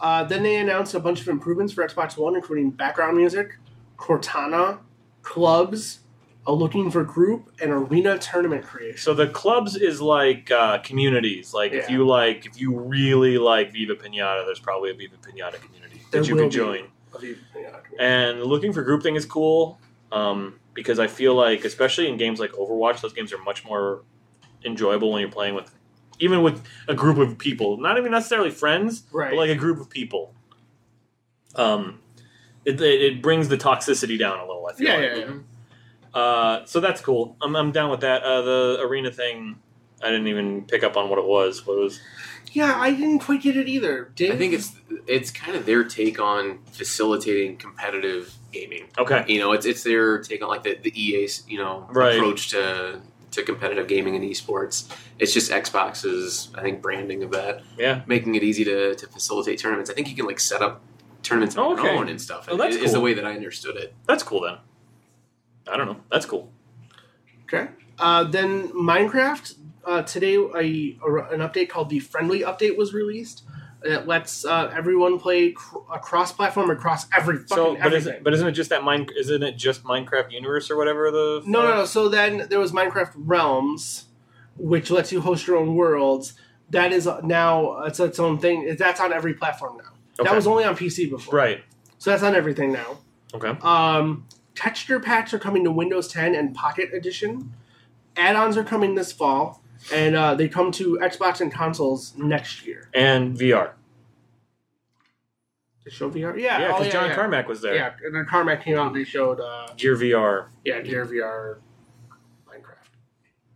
S1: Uh, then they announced a bunch of improvements for Xbox One, including background music, Cortana, clubs, a looking for group, and arena tournament creation.
S2: So the clubs is like uh, communities. Like if
S1: Yeah.
S2: you like, if you really like Viva Pinata, there's probably a Viva Pinata community
S1: There
S2: that you
S1: will
S2: can
S1: be.
S2: join.
S1: Of the- yeah.
S2: And looking for group thing is cool um, because I feel like, especially in games like Overwatch, those games are much more enjoyable when you're playing with, even with a group of people, not even necessarily friends,
S1: Right.
S2: but like a group of people. Um, it, it, it brings the toxicity down a little. I feel
S1: Yeah,
S2: like.
S1: yeah, yeah.
S2: Uh, so that's cool. I'm, I'm down with that. Uh, the arena thing, I didn't even pick up on what it was. What it was
S1: Yeah, I didn't quite get it either. Dave?
S3: I think it's it's kind of their take on facilitating competitive gaming.
S2: okay?
S3: You know, it's it's their take on like the, the EA's you know
S2: Right.
S3: approach to to competitive gaming and esports. It's just Xbox's I think branding of that,
S2: Yeah,
S3: making it easy to, to facilitate tournaments. I think you can like set up tournaments on
S2: Okay.
S3: your own and stuff.
S2: Oh, that's
S3: is the
S2: cool.
S3: way that I understood it.
S2: that's cool then. I don't know. That's cool.
S1: Okay. Uh, then Minecraft. Uh, today, a, a, an update called the Friendly Update was released. It lets uh, everyone play cr- across platform across every fucking
S2: So, but
S1: everything.
S2: isn't, but isn't it just that mine? Isn't it just Minecraft universe or whatever the?
S1: No, no, no. So then there was Minecraft Realms, which lets you host your own worlds. That is now it's its own thing. That's on every platform now.
S2: Okay.
S1: That was only on PC before,
S2: Right.
S1: so that's on everything now.
S2: Okay.
S1: Um, texture packs are coming to Windows 10 and Pocket Edition. Add-ons are coming this fall, and uh, they come to Xbox and consoles next year.
S2: And VR.
S1: They show VR, yeah,
S2: Yeah,
S1: oh,
S2: because
S1: yeah,
S2: John
S1: yeah.
S2: Carmack was there.
S1: Yeah, and then Carmack came out and they showed, uh,
S2: Gear VR.
S1: yeah, Gear VR, Minecraft.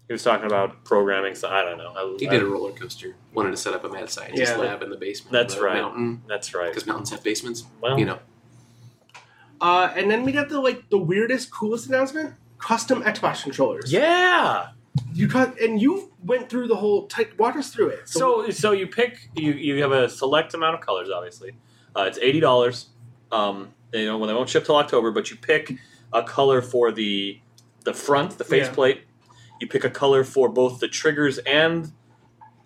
S2: He was talking about programming. So I don't know. I,
S3: He
S2: I-
S3: did a roller coaster. Wanted to set up a mad scientist
S1: Yeah.
S3: lab in the basement.
S2: That's
S3: of a
S2: right.
S3: Mountain
S2: That's right.
S3: because mountains have basements.
S2: Well,
S3: you know,
S1: Uh, and then we got the like the weirdest, coolest announcement: custom Xbox controllers.
S2: Yeah.
S1: You cut and you went through the whole. Type, walk us through it.
S2: So so you pick you you have a select amount of colors. Obviously, uh, it's eighty dollars. Um, they don't well, they won't ship till October, but you pick a color for the the front, the
S1: Yeah.
S2: faceplate. You pick a color for both the triggers and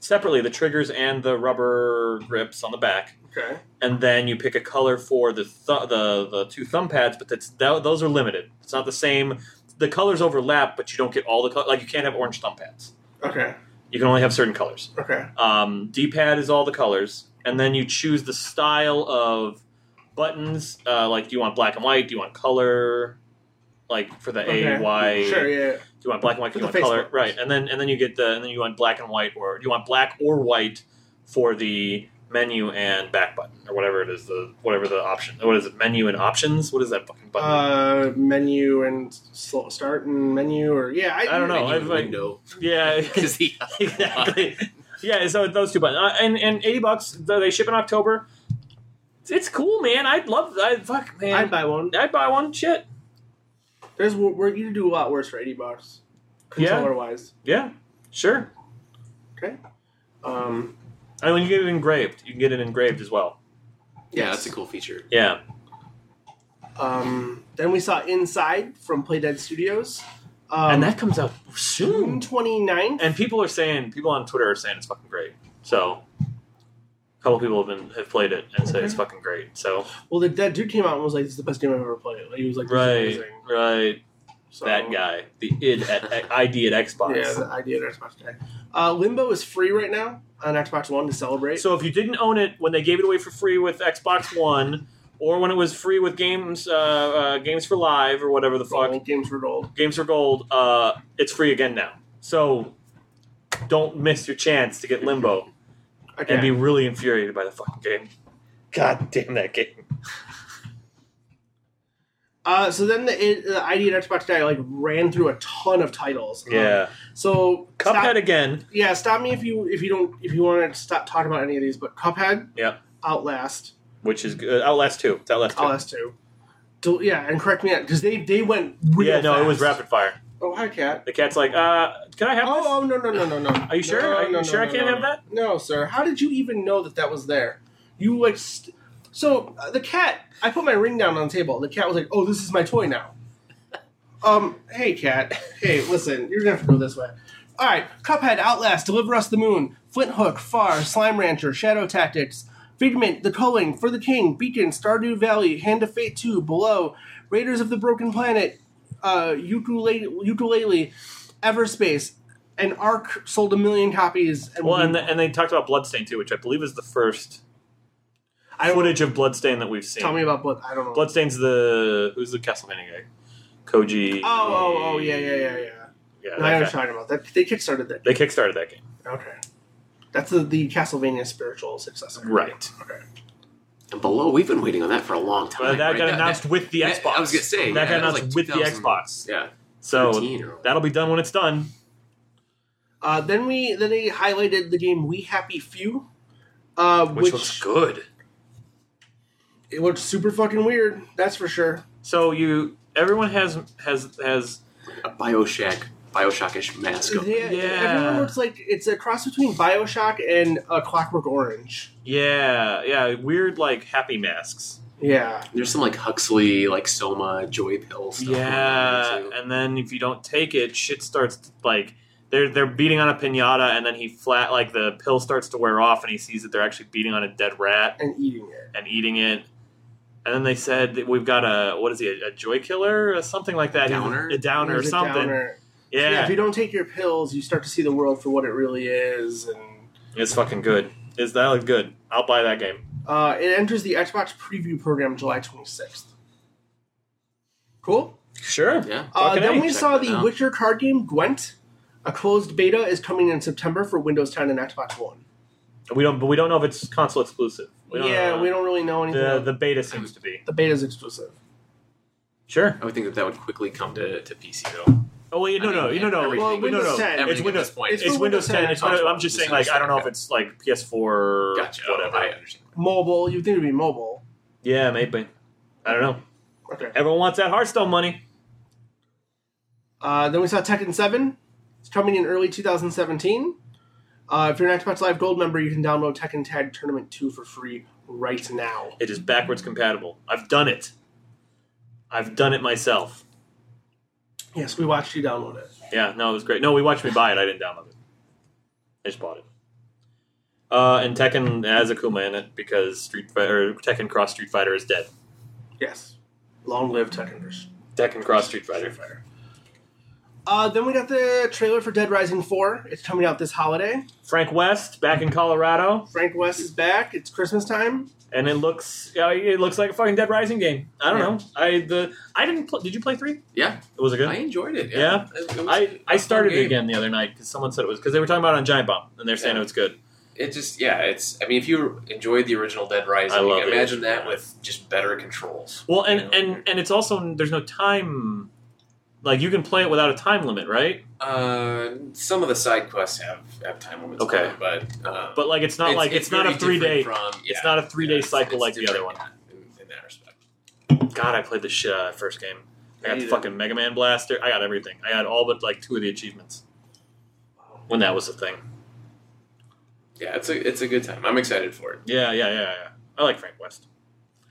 S2: separately the triggers and the rubber grips on the back.
S1: okay,
S2: and then you pick a color for the th- the the two thumb pads, but that's tho- those are limited. It's not the same. The colors overlap, but you don't get all the color. Like you can't have orange thumb pads.
S1: okay,
S2: You can only have certain colors.
S1: okay.
S2: Um, D pad is all the colors, and then you choose the style of buttons. Uh, like, do you want black and white? Do you want color? Like for the
S1: okay.
S2: A Y.
S1: Sure, yeah. yeah.
S2: Do you want black and white? Do
S1: For
S2: you
S1: the
S2: want color?
S1: Facebook.
S2: Right, and then and then you get the and then you want black and white, or do you want black or white for the menu and back button or whatever it is the whatever the option. What is it? Menu and options. What is that fucking button?
S1: Uh, menu and slow start and menu or yeah. I,
S2: I don't know.
S3: menu
S2: I've,
S3: and
S2: like-
S3: window
S2: yeah,
S3: because the
S2: exactly. Yeah, so those two buttons uh, and and eighty bucks. though They ship in October. It's cool, man. I'd love. I fuck, man.
S1: I'd buy one.
S2: I'd buy one. Shit.
S1: There's wo- where you do a lot worse for eighty bucks,
S2: Yeah.
S1: controller wise.
S2: Yeah. Sure.
S1: Okay. Um,
S2: I mean, you get it engraved. You can get it engraved as well.
S3: yeah,
S1: yes.
S3: that's a cool feature.
S2: Yeah.
S1: Um, then we saw Inside from Playdead Studios. Um,
S2: and that comes out
S1: June
S2: soon.
S1: 29th.
S2: and people are saying people on Twitter are saying it's fucking great. So a couple people have been have played it and say it's fucking great. So
S1: Well, the, that dude came out and was like, "This is the best game I've ever played." Like, he was like, "This is amazing."
S2: right.
S1: So,
S2: that guy, the id at ID at Xbox.
S1: Yeah, the idea of Xbox guy. Uh, Limbo is free right now on Xbox One to celebrate.
S2: So if you didn't own it when they gave it away for free with Xbox One, or when it was free with games, uh, uh, games for live or whatever the fuck,
S1: Gold, games for gold.
S2: games for gold, uh, it's free again now. So don't miss your chance to get Limbo
S1: Okay.
S2: and be really infuriated by the fucking game. God damn that game!
S1: uh, so then the, it, the ID and Xbox guy like ran through a ton of titles. Um,
S2: Yeah,
S1: so
S2: Cuphead
S1: stop-
S2: again.
S1: yeah, stop me if you if you don't if you want to stop talking about any of these. But Cuphead,
S2: Yeah,
S1: Outlast,
S2: which is good. Outlast two. It's Outlast two.
S1: Outlast two. Del- yeah, and correct me because they they went real.
S2: yeah, no, it was
S1: fast.
S2: rapid fire.
S1: Oh hi, cat.
S2: The cat's like, uh, can I have this?
S1: Oh, oh no no no no no.
S2: Are you sure?
S1: No,
S2: Are you
S1: no, no,
S2: sure I
S1: no,
S2: can't
S1: no.
S2: have that?
S1: No, sir. How did you even know that that was there? You like st- so uh, the cat. I put my ring down on the table. The cat was like, "Oh, this is my toy now." um. Hey, cat. Hey, listen. You're gonna have to go this way. All right. Cuphead, Outlast, Deliver Us the Moon, Flint Hook, Far, Slime Rancher, Shadow Tactics, Figment, The Culling, For the King, Beacon, Stardew Valley, Hand of Fate Two, Below, Raiders of the Broken Planet, uh, ukulele, ukulele, Everspace, and Arc sold a million copies. And
S2: Well,
S1: we-
S2: and, the, and they talked about Bloodstain too, which I believe is the first
S1: I don't
S2: footage of Bloodstain that we've seen.
S1: tell me about Blood. I don't know.
S2: Bloodstain's the who's the Castlevania guy? Koji.
S1: Oh, oh, oh, yeah, yeah, yeah, yeah.
S2: yeah.
S1: No, I know what
S2: that guy.
S1: you're talking about. That, they kickstarted that.
S2: They kickstarted that game,
S1: Okay. That's the, the Castlevania spiritual successor.
S2: right?
S1: Okay.
S3: And below, we've been waiting on that for a long
S2: But
S3: time.
S2: that
S3: right?
S2: got announced with the
S3: that-
S2: Xbox.
S3: I was gonna say,
S2: that
S3: yeah,
S2: got
S3: that was
S2: announced
S3: like
S2: with the
S3: 2000
S2: Xbox.
S3: yeah,
S2: So
S3: 13 or-
S2: that'll be done when it's done.
S1: Uh, then we then they highlighted the game We Happy Few, uh,
S3: which,
S1: which,
S3: looks good.
S1: it looks super fucking weird. That's for sure.
S2: So you, everyone has has has.
S3: A Bioshock, Bioshockish mask.
S1: They-
S2: Yeah.
S1: Everyone looks like it's a cross between Bioshock and uh, Clockwork Orange.
S2: Yeah, yeah, weird like happy masks.
S1: Yeah.
S3: There's some like Huxley, like Soma, Joy Pill stuff. going on
S2: Yeah,
S3: there, too.
S2: and then if you don't take it, shit starts to, like they're they're beating on a pinata, and then he flat like the pill starts to wear off, and he sees that they're actually beating on a dead rat
S1: And eating it.
S2: and eating it. And then they said that we've got a what is he a, a joy killer or something like that? He's
S3: Downer?
S2: a downer or
S1: There's a
S2: something.
S1: downer.
S2: Yeah,
S1: If you don't take your pills, you start to see the world for what it really is, and
S2: it's fucking good. Is that look good? I'll buy that game.
S1: Uh, it enters the Xbox preview program July 26th. Cool.
S2: Sure.
S3: Yeah.
S1: Uh,
S2: Fucking
S1: then
S2: A,
S1: we
S3: check
S1: saw
S3: that
S1: the
S3: out.
S1: Witcher card game Gwent. A closed beta is coming in September for Windows 10 and Xbox One.
S2: We don't, but we don't know if it's console exclusive. We don't
S1: yeah,
S2: know.
S1: we don't really know anything.
S2: The
S1: The,
S2: the beta seems to be
S1: the beta's exclusive.
S2: sure.
S3: I would think that that would quickly come to, to PC though.
S2: Oh wait, no,
S3: I
S2: no,
S3: mean,
S2: no, no,
S3: everything-
S2: no, no, no.
S1: Windows 10.
S3: everything
S2: It's
S3: at
S2: Windows.
S3: this point
S2: It's,
S3: is-
S1: for
S2: Windows 10. It's Windows, Oh, I'm just
S3: Just
S2: saying, like, I don't know if
S3: understand.
S2: it's like PS4,
S3: Gotcha.
S2: whatever.
S3: I understand.
S1: Mobile, you'd think it'd be mobile.
S2: yeah, maybe. I don't know.
S1: Okay.
S2: Everyone wants that Hearthstone money.
S1: Uh, then we saw Tekken 7. It's coming in early 2017. Uh, if you're an Xbox Live Gold member, you can download Tekken Tag Tournament 2 for free right now.
S2: It is backwards compatible. I've done it. I've done it myself.
S1: Yes, we watched you download it.
S2: Yeah, no, it was great. No, we watched me buy it. I didn't download it. I just bought it. Uh, and Tekken has Akuma in it because Street Fighter, Tekken Cross Street Fighter is dead.
S1: Yes. Long live Tekkeners.
S2: Tekken Cross Street Fighter.
S1: Uh, then we got the trailer for Dead Rising 4. It's coming out this holiday.
S2: Frank West back in Colorado.
S1: Frank West is back. It's Christmas time.
S2: and it looks uh, it looks like a fucking Dead Rising game. I don't
S3: Yeah.
S2: know. I the I didn't pl- did you play three?
S3: Yeah,
S2: Was it
S3: I
S2: good?
S3: enjoyed it.
S2: Yeah.
S3: It- it was a
S2: I,
S3: fun
S2: I started it
S3: game.
S2: again the other night because someone said it was because they were talking about it on Giant Bomb and they're saying
S3: Yeah.
S2: it was good.
S3: It just yeah, it's. I mean, if you enjoyed the original Dead Rising,
S2: I love the
S3: imagine
S2: original.
S3: that with just better controls.
S2: Well, and
S3: You know,
S2: and and it's also there's no time, like you can play it without a time limit, right?
S3: Uh, some of the side quests have, have time limits. on
S2: Okay.
S3: them, but uh,
S2: But like it's not like it's, not
S3: very
S2: a three day.
S3: different From,
S2: it's
S3: yeah,
S2: not a three day
S3: yeah, it's-
S2: cycle
S3: it's
S2: like the other one.
S3: different in, in that respect.
S2: God, I played the shit out of that first game. I
S1: Me
S2: got the
S1: either.
S2: fucking Mega Man Blaster. I got everything. I got all but like two of the achievements when that was a thing.
S3: Yeah, it's a it's a good time. I'm excited for it.
S2: Yeah, yeah, yeah, yeah. I like Frank West.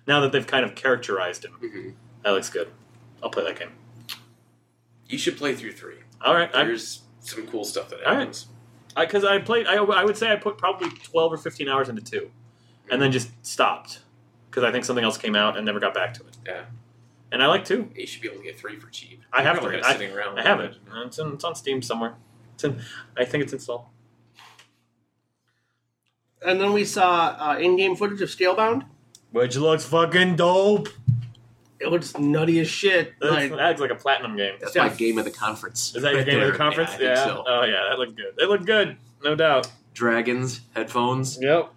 S2: Now that they've kind of characterized him,
S3: Mm-hmm.
S2: that looks good. I'll play that game.
S3: You should play through three.
S2: All right, I
S3: There's some cool stuff that
S2: All right.
S3: happens.
S2: because I, played. I, I would say I put probably twelve or fifteen hours into two, and then just stopped because I think something else came out and never got back to it.
S3: Yeah.
S2: and and I like two.
S3: You should be able to get three for cheap.
S2: I haven't
S3: Never
S2: looked
S3: got
S2: at-
S3: sitting around.
S2: I have it. It's, in, it's on Steam somewhere. It's in. I think it's installed.
S1: And then we saw uh, in-game footage of Scalebound.
S2: Which looks fucking dope.
S1: It looks nutty as shit.
S2: That looks-
S1: Like,
S2: that looks like a platinum game.
S3: That's
S1: Yeah.
S3: my game of the conference.
S2: Is that your
S3: right
S2: game of the
S3: there.
S2: conference?
S3: Yeah. I think so.
S2: Oh yeah, that looked good. It looked good, no doubt.
S3: Dragons, headphones,
S2: Yep.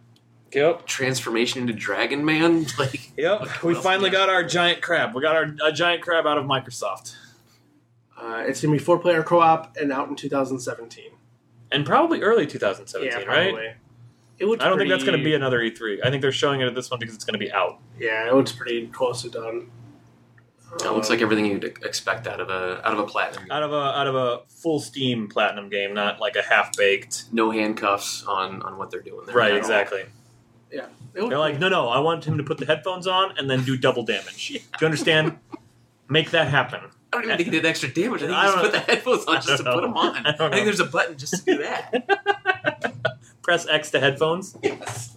S2: Yep.
S3: transformation into Dragon Man. Like,
S2: Yep. We finally got our giant crab. We got our a giant crab out of Microsoft.
S1: uh, it's gonna be four-player co-op and out in 2017.
S2: And probably early 2017, right?
S1: It looks
S2: I don't think that's going to be
S1: pretty-
S2: another E3. I think they're showing it at this one because it's going to be out.
S1: yeah, it looks pretty close to done.
S3: it looks like everything you'd expect out of a out of a platinum. game.
S2: Out of a out of a full steam platinum game, not like a half baked.
S3: No handcuffs on on what they're doing there. at
S2: Right,
S3: all.
S2: exactly.
S1: Um, It looked
S2: They're like, no, no, I want him to put the headphones on and then do double damage. Do you understand? Make that happen.
S3: I don't even think he did extra damage. I think he
S2: I
S3: just
S2: don't
S3: put the headphones on
S2: I
S3: just to
S2: don't
S3: put them
S2: know.
S3: on.
S2: I
S3: I,
S2: don't know.
S3: think there's a button just to do that.
S2: Press X to headphones.
S3: yes.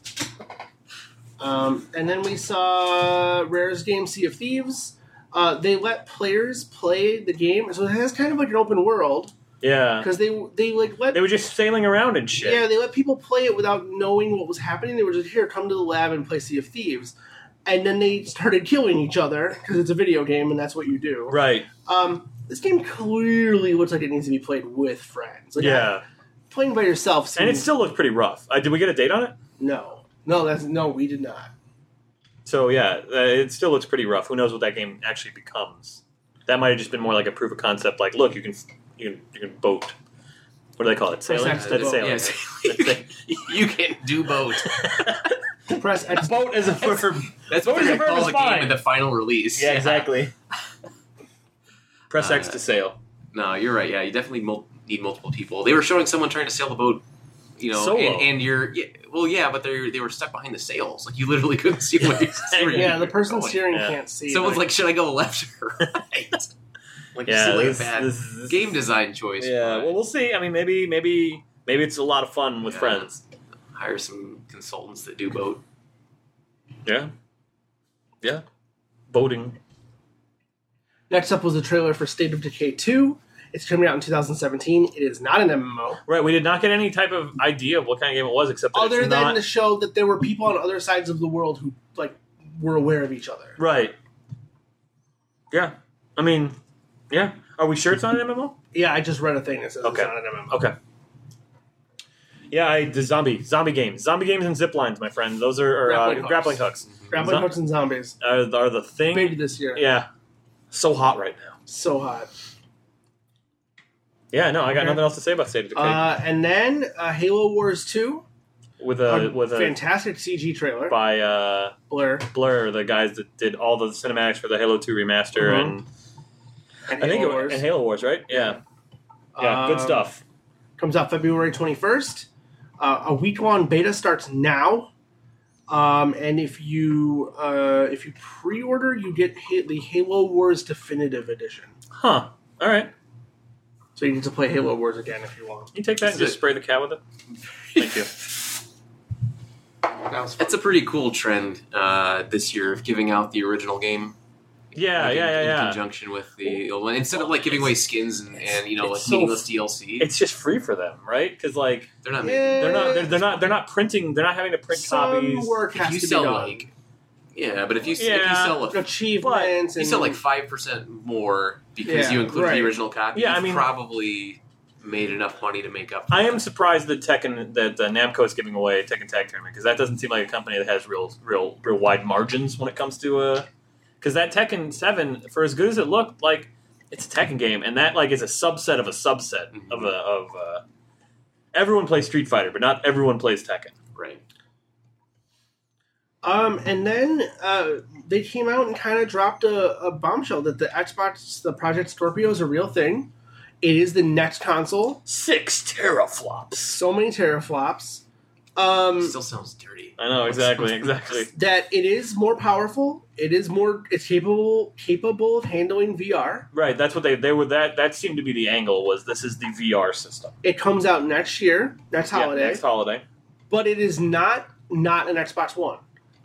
S1: Um, and then we saw Rare's game Sea of Thieves. Uh, they let players play the game, so it has kind of like an open world
S2: Yeah.
S1: because they they like let
S2: They were just sailing around and shit.
S1: yeah they let people play it without knowing what was happening. They were just here, come to the lab and play Sea of Thieves, and then they started killing each other because it's a video game and that's what you do.
S2: Right.
S1: Um, this game clearly looks like it needs to be played with friends. Like,
S2: Yeah.
S1: playing by yourself.
S2: And it
S1: seems-
S2: still looked pretty rough. Uh, did we get a date on it?
S1: no, no, that's no, we did not.
S2: So yeah, uh, it still looks pretty rough. Who knows what that game actually becomes? That might have just been more like a proof of concept. Like, look, you can you can, you can boat. What do they call it? Sailing
S1: Press X to
S2: instead of
S1: boat.
S2: sailing.
S3: Yes. you, can do both.
S1: Press X
S2: boat is a verb.
S3: That's
S2: What
S3: what
S2: was
S3: they
S2: your verb
S3: call
S2: is
S3: the
S2: fine.
S3: game in the final release.
S2: Yeah, exactly. Press X
S3: Uh,
S2: to sail.
S3: No, you're right. Yeah, you definitely mul- need multiple people. They were showing someone trying to sail the boat. You know,
S2: Solo.
S3: and, and you're yeah, well, yeah, but they they were stuck behind the sails. Like you literally couldn't see what you're steering.
S1: Yeah, the person
S3: going.
S1: steering
S2: Oh, Yeah.
S1: can't see.
S3: Someone's like, should I go left or right? Like,
S2: Yeah,
S3: just like
S2: this-
S3: a bad
S2: this- this-
S3: game design choice.
S2: Yeah.
S3: but
S2: Well, we'll see. I mean, maybe maybe maybe it's a lot of fun with
S3: Yeah.
S2: friends.
S3: hire some consultants that do boat.
S2: Yeah. Yeah. Boating.
S1: Next up was a trailer for State of Decay 2. It's coming out in 2017. It is not an MMO.
S2: Right. We did not get any type of idea of what kind of game it was, except that
S1: Other
S2: it's
S1: than
S2: not,
S1: to show that there were people on other sides of the world who like were aware of each other.
S2: Right. Yeah. I mean, yeah. Are we sure it's not an MMO?
S1: Yeah, I just read a thing that says
S2: Okay.
S1: it's not an MMO.
S2: Okay. Yeah, I the zombie zombie games, zombie games and zip lines, my friend. Those are, are
S1: Grappling
S2: uh,
S1: hooks.
S2: grappling hooks.
S1: Grappling hooks and zombies.
S2: Are, are the thing.
S1: Big this year.
S2: Yeah. So hot right now.
S1: So hot.
S2: Yeah. No, I got
S1: Okay.
S2: nothing else to say about State of Decay
S1: Uh, and then uh, Halo Wars 2.
S2: with a Uh, with a
S1: fantastic CG trailer.
S2: by uh,
S1: Blur.
S2: Blur, the guys that did all the cinematics for the Halo Two remaster
S1: Mhm.
S2: and
S1: And
S2: I think
S1: Halo
S2: it,
S1: Wars.
S2: and Halo Wars, right? Yeah. Yeah. good
S1: Um,
S2: stuff.
S1: comes out February 21st. Uh, a week long beta starts now. Um, and if you uh, if you pre order, you get ha- the Halo Wars Definitive Edition.
S2: Huh. All right.
S1: So you get to play Halo Wars again if you want.
S2: You take that and
S3: This is
S2: just
S3: it.
S2: spray the cat with it. Thank you.
S1: That was fun.
S3: That's a pretty cool trend uh, this year of giving out the original game.
S2: Yeah,
S3: like, in-
S2: yeah, yeah,
S3: in,
S2: yeah.
S3: conjunction with the old one, instead of like giving away skins and, and you know
S2: it's
S3: like
S2: so-
S3: meaningless DLC,
S2: it's just free for them, right? Because like
S3: they're not.
S1: Yeah.
S2: they're
S3: Making,
S2: not they're, they're not they're not printing they're not having to print
S1: Some
S2: copies.
S1: work
S3: if
S1: has
S3: you
S1: to
S3: sell
S1: be done.
S3: like, yeah, but if you if you
S2: Yeah.
S3: sell a,
S1: achievements
S3: you
S1: and
S3: sell like five percent more because
S1: Yeah,
S3: you included
S1: right.
S3: the original copy,
S2: Yeah, I
S3: you've
S2: mean-
S3: probably made enough money to make up. for
S2: I
S3: that.
S2: am surprised that Tekken that uh, Namco is giving away Tekken Tag Tournament because that doesn't seem like a company that has real real real wide margins when it comes to uh because that Tekken Seven for as good as it looked like it's a Tekken game and that like is a subset of a subset of a of uh, everyone plays Street Fighter but not everyone plays Tekken.
S3: right.
S1: Um, and then uh, they came out and kind of dropped a, a bombshell that the Xbox, the Project Scorpio is a real thing. It is the next console.
S2: Six teraflops.
S1: So many teraflops. Um,
S3: Still sounds dirty.
S2: I know exactly exactly.
S1: that it is more powerful. It is more. It's capable capable of handling VR.
S2: Right, that's what they they were that that seemed to be the angle was this is the VR system.
S1: It comes out next year, next
S2: Yeah,
S1: holiday.
S2: next holiday.
S1: but it is not not an Xbox One.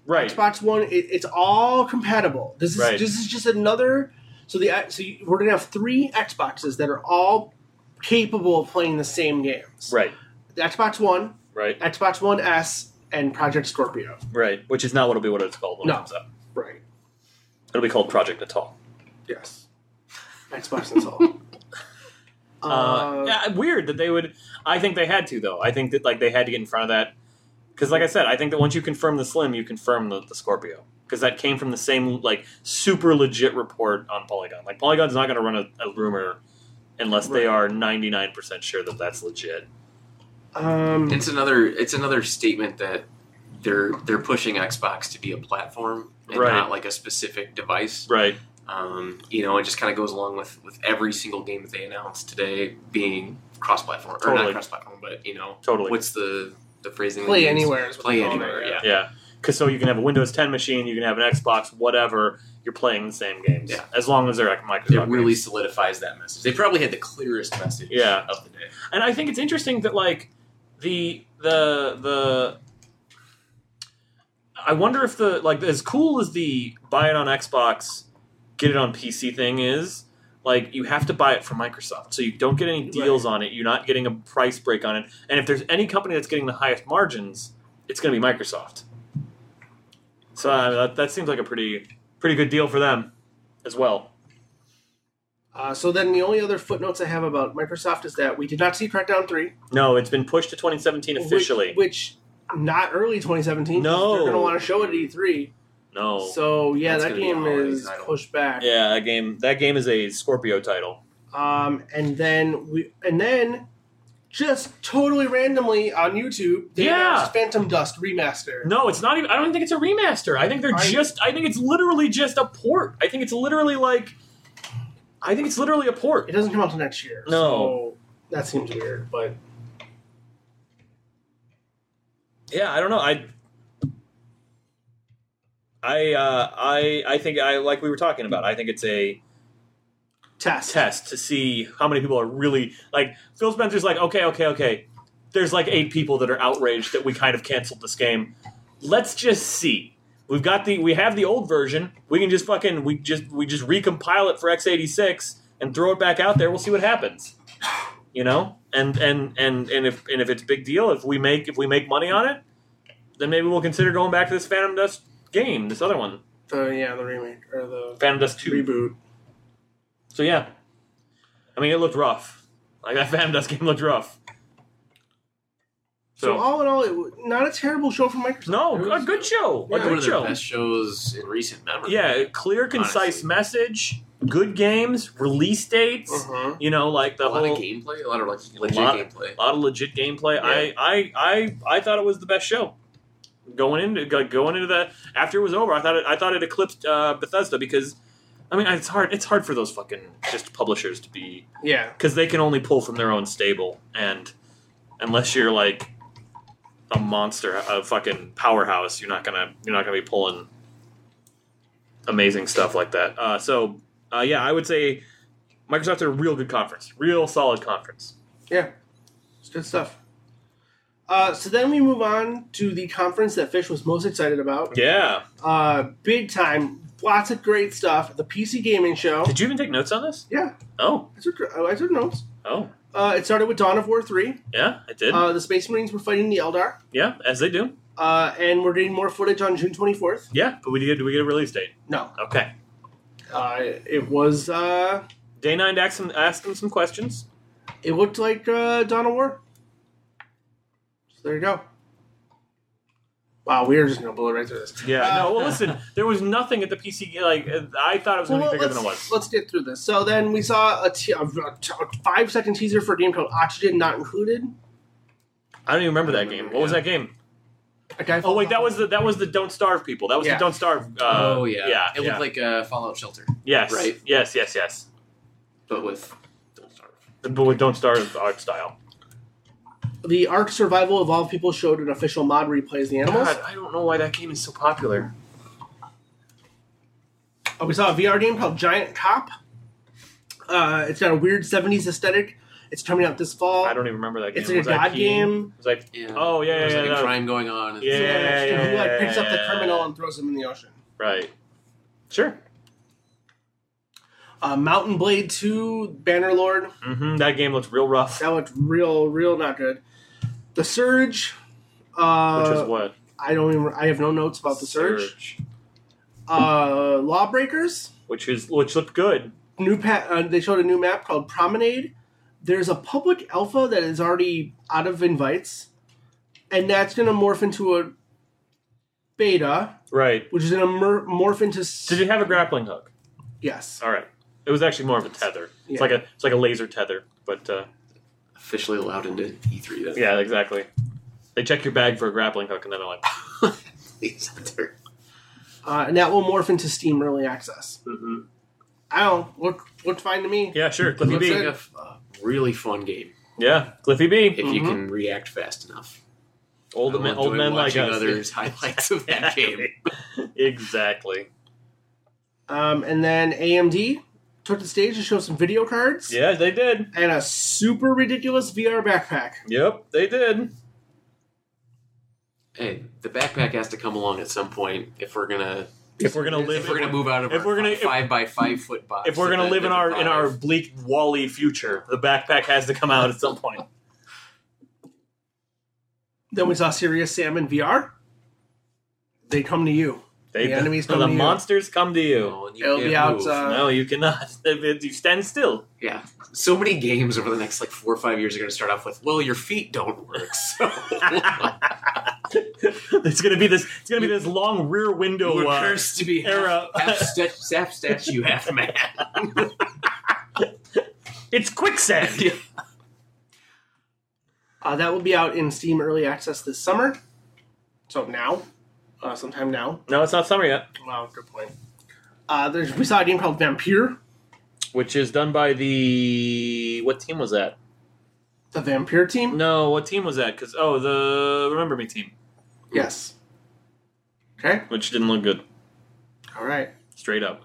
S2: Right.
S1: Xbox One. It, it's all compatible. This is
S2: Right.
S1: this is just another. So the so you, we're gonna have three Xboxes that are all capable of playing the same games.
S2: Right.
S1: The Xbox One,
S2: Right.
S1: Xbox One S, and Project Scorpio.
S2: Right. Which is not what it'll be. What it's called when
S1: No.
S2: it comes up.
S1: Right.
S2: It'll be called Project Natal.
S1: Yes. Xbox and all.
S2: Uh, yeah, weird that they would. I think they had to though. I think that like they had to get in front of that because, like I said, I think that once you confirm the Slim, you confirm the, the Scorpio because that came from the same like super legit report on Polygon. Like Polygon's not going to run a, a rumor unless they
S1: Right.
S2: are ninety nine percent sure that that's legit.
S3: Uh,
S1: um,
S3: It's another it's another statement that they're they're pushing Xbox to be a platform and
S2: Right.
S3: not like a specific device.
S2: Right.
S3: Um, you know, it just kind of goes along with with every single game that they announced today being cross platform or
S2: Totally.
S3: not cross platform, but you know,
S2: Totally.
S3: what's the the phrasing? they
S1: play
S3: use?
S1: anywhere. Is what
S3: Play
S1: they call it,
S3: anywhere. Yeah.
S2: yeah. Because so you can have a Windows 10 machine, you can have an Xbox, whatever. You're playing the same games
S3: Yeah.
S2: as long as they're like Microsoft.
S3: It really
S2: games.
S3: solidifies that message. They probably had the clearest message
S2: Yeah.
S3: of the day.
S2: and I think it's interesting that like the the the I wonder if the like as cool as the buy it on Xbox, get it on PC thing is, like you have to buy it from Microsoft. So you don't get any deals on it. You're not getting a price break on it. And if there's any company that's getting the highest margins, it's going to be Microsoft. So uh, that, that seems like a pretty pretty good deal for them as well.
S1: Uh, so then the only other footnotes I have about Microsoft is that we did not see Crackdown 3.
S2: No, it's been pushed to 2017 officially.
S1: Which, which not early 2017. 'cause
S2: No.
S1: They're going to want to show it at E3.
S2: no.
S1: So, yeah,
S3: That's
S1: that
S3: gonna be a
S1: game
S3: holiday
S1: is
S3: title.
S1: pushed back.
S2: Yeah, that game. That game is a Scorpio title.
S1: Um, and then we, and then just totally randomly on YouTube, they
S2: Yeah.
S1: announced Phantom Dust remaster.
S2: No, it's not even. I don't think it's a remaster. I think they're
S1: I-
S2: just. I think it's literally just a port. I think it's literally like. I think it's literally a
S1: It
S2: port.
S1: doesn't come out till next year.
S2: No.
S1: So that seems weird, but
S2: Yeah, I don't know. I. I uh, I I think I like we were talking about. I think it's a
S1: test.
S2: test to see how many people are really like. Phil Spencer's like, okay, okay, okay. There's like eight people that are outraged that we kind of canceled this game. Let's just see. We've got the we have the old version. We can just fucking we just we just recompile it for x86 and throw it back out there. We'll see what happens. You know, and and and and if and if it's a big deal, if we make if we make money on it, then maybe we'll consider going back to this Phantom Dust game, this other one,
S1: So, yeah, the remake or the
S2: Phantom Dust Two.
S1: reboot.
S2: So yeah, I mean, it looked rough. Like that Phantom Dust game looked rough.
S1: So,
S2: So,
S1: all in all, it, w- not a terrible show for Microsoft.
S2: no,
S1: It
S2: a
S1: was-
S2: good show.
S1: Yeah,
S2: a
S3: One
S2: good
S3: of their
S2: show.
S3: best shows in recent memory.
S2: Yeah, clear, concise
S3: Honestly.
S2: message. Good games, release dates.
S1: Uh-huh.
S2: You know, like the
S3: a
S2: whole
S3: lot of gameplay, a lot of like legit
S2: lot-
S3: gameplay.
S2: lot of legit gameplay.
S3: Yeah.
S2: I, I I I thought it was the best show. Going into like, going into the after it was over, I thought it, I thought it eclipsed uh, Bethesda because. I mean, it's hard. It's hard for those fucking just publishers to be
S1: Yeah.
S2: because they can only pull from their own stable, and unless you're like a monster, a fucking powerhouse, you're not gonna you're not gonna be pulling amazing stuff like that. Uh, so uh, yeah, I would say Microsoft had a real good conference, real solid conference.
S1: Yeah, it's good stuff. Uh, so then we move on to the conference that Fish was most excited about.
S2: Yeah.
S1: Uh, big time, lots of great stuff. The PC gaming show.
S2: Did you even take notes on this?
S1: Yeah,
S2: Oh,
S1: I took, I took notes.
S2: oh,
S1: Uh, it started with Dawn of War three.
S2: yeah, I did.
S1: Uh, the Space Marines were fighting the Eldar,
S2: yeah, as they do.
S1: uh, and we're getting more footage on June twenty fourth.
S2: Yeah, but we did. We get a release date.
S1: No,
S2: Okay.
S1: uh, it was uh,
S2: Day nine asked them, asked them some questions.
S1: it looked like uh, Dawn of War. So there you go. Wow, we are just gonna blow right through this.
S2: Yeah.
S1: Uh,
S2: no. Well, listen. There was nothing at the PC. Like I thought it was going to
S1: Well,
S2: be bigger than it
S1: let's-
S2: was.
S1: Let's get through this. So then we saw a te- a- a five second teaser for a game called Oxygen Not Included.
S2: I don't even remember that game. What was that game?
S1: A guy
S2: Oh wait, that was the that was the Don't Starve people. That was
S1: Yeah.
S2: the Don't Starve. Uh,
S3: oh yeah,
S2: yeah.
S3: It
S2: yeah.
S3: looked like uh, Fallout Shelter,
S2: yes,
S3: right.
S2: yes, yes, yes.
S3: but with Don't Starve.
S2: But with Don't Starve art style.
S1: the Ark Survival Evolved people showed an official mod replays the animals.
S2: God, I don't know why that game is so popular.
S1: Oh, Uh, we saw a VR game called Giant Cop. Uh, it's got a weird '70s aesthetic. It's coming out this fall.
S2: I don't even remember that game.
S1: It's like a
S2: Was I
S1: god
S2: peeing?
S1: game.
S2: It was like,
S3: Yeah.
S2: oh yeah, yeah,
S3: There's
S2: yeah,
S3: like a
S2: no.
S3: crime going on.
S1: uh,
S2: Yeah, yeah, yeah,
S1: Who like
S2: yeah,
S1: picks up the
S2: yeah,
S1: criminal
S2: yeah.
S1: and throws him in the ocean.
S2: right. Sure.
S1: Uh, Mountain Blade Two, Bannerlord.
S2: hmm That game looks real rough.
S1: That looked real, real not good. The Surge. Uh,
S2: which is what
S1: I don't even. I have no notes about the Surge. Uh, Lawbreakers.
S2: which is which looked good.
S1: New pa- uh, They showed a new map called Promenade. There's a public alpha that is already out of invites, and that's going to morph into a beta,
S2: Right.
S1: which is going to mer- morph into. s-
S2: Did it have a grappling hook?
S1: yes.
S2: All right. It was actually more of a tether.
S1: Yeah.
S2: It's like a it's like a laser tether, but uh,
S3: Officially allowed into E E3 then.
S2: yeah, exactly. They check your bag for a grappling hook, and then they're like,
S3: Please enter.
S1: Uh, and that will morph into Steam Early Access.
S3: Mm-hmm.
S2: Mhm.
S1: I don't know. Looked, looked fine to me.
S2: "Yeah, sure, Cliffy
S3: Looks
S2: B.
S3: like a f- a really fun game
S2: Yeah, Cliffy B.
S3: if you
S1: Mhm.
S3: can react fast enough.
S2: Mm-hmm. Old
S3: I
S2: men,
S3: enjoy
S2: old men like
S3: watching
S2: us.
S3: others highlights of that game.
S2: exactly.
S1: Um, and then AMD took the stage to show some video cards
S2: Yeah, they did.
S1: and a super ridiculous VR backpack.
S2: Yep, they did.
S3: Hey, the backpack has to come along at some point if we're gonna
S2: If we're gonna live,
S3: if we're gonna move out of
S2: if
S3: our
S2: we're gonna- if-
S3: five by five foot box.
S2: if we're
S3: that
S2: gonna
S3: the-
S2: live in
S3: that the
S2: our in our
S3: five-
S2: bleak Wally future, the backpack has to come out at some point.
S1: Then we saw Serious Sam in VR. They come to you.
S2: They,
S1: The enemies come
S2: the
S1: to you.
S2: monsters come to
S3: you
S2: you.
S3: know, and you
S1: It'll
S3: can't
S1: be out,
S3: move.
S1: uh,
S2: No, you cannot. You stand still.
S3: yeah, so many games over the next like four or five years are gonna start off with, well, your feet don't work, so
S2: it's gonna be this. It's gonna be this long rear window.
S3: we're
S2: uh,
S3: cursed to be half,
S2: Arrow.
S3: half, sta- half statue, half man.
S2: it's quicksand.
S3: Yeah.
S1: Uh, that will be out in Steam Early Access this summer. So now, uh, sometime now.
S2: No, it's not summer yet.
S1: Wow, good point. Uh, there's, we saw a game called Vampire,
S2: Which is done by the what team was that?
S1: the Vampire team.
S2: No, what team was that? Because oh, the Remember Me team,
S1: Yes. Okay.
S2: which didn't look good
S1: All right.
S2: straight up.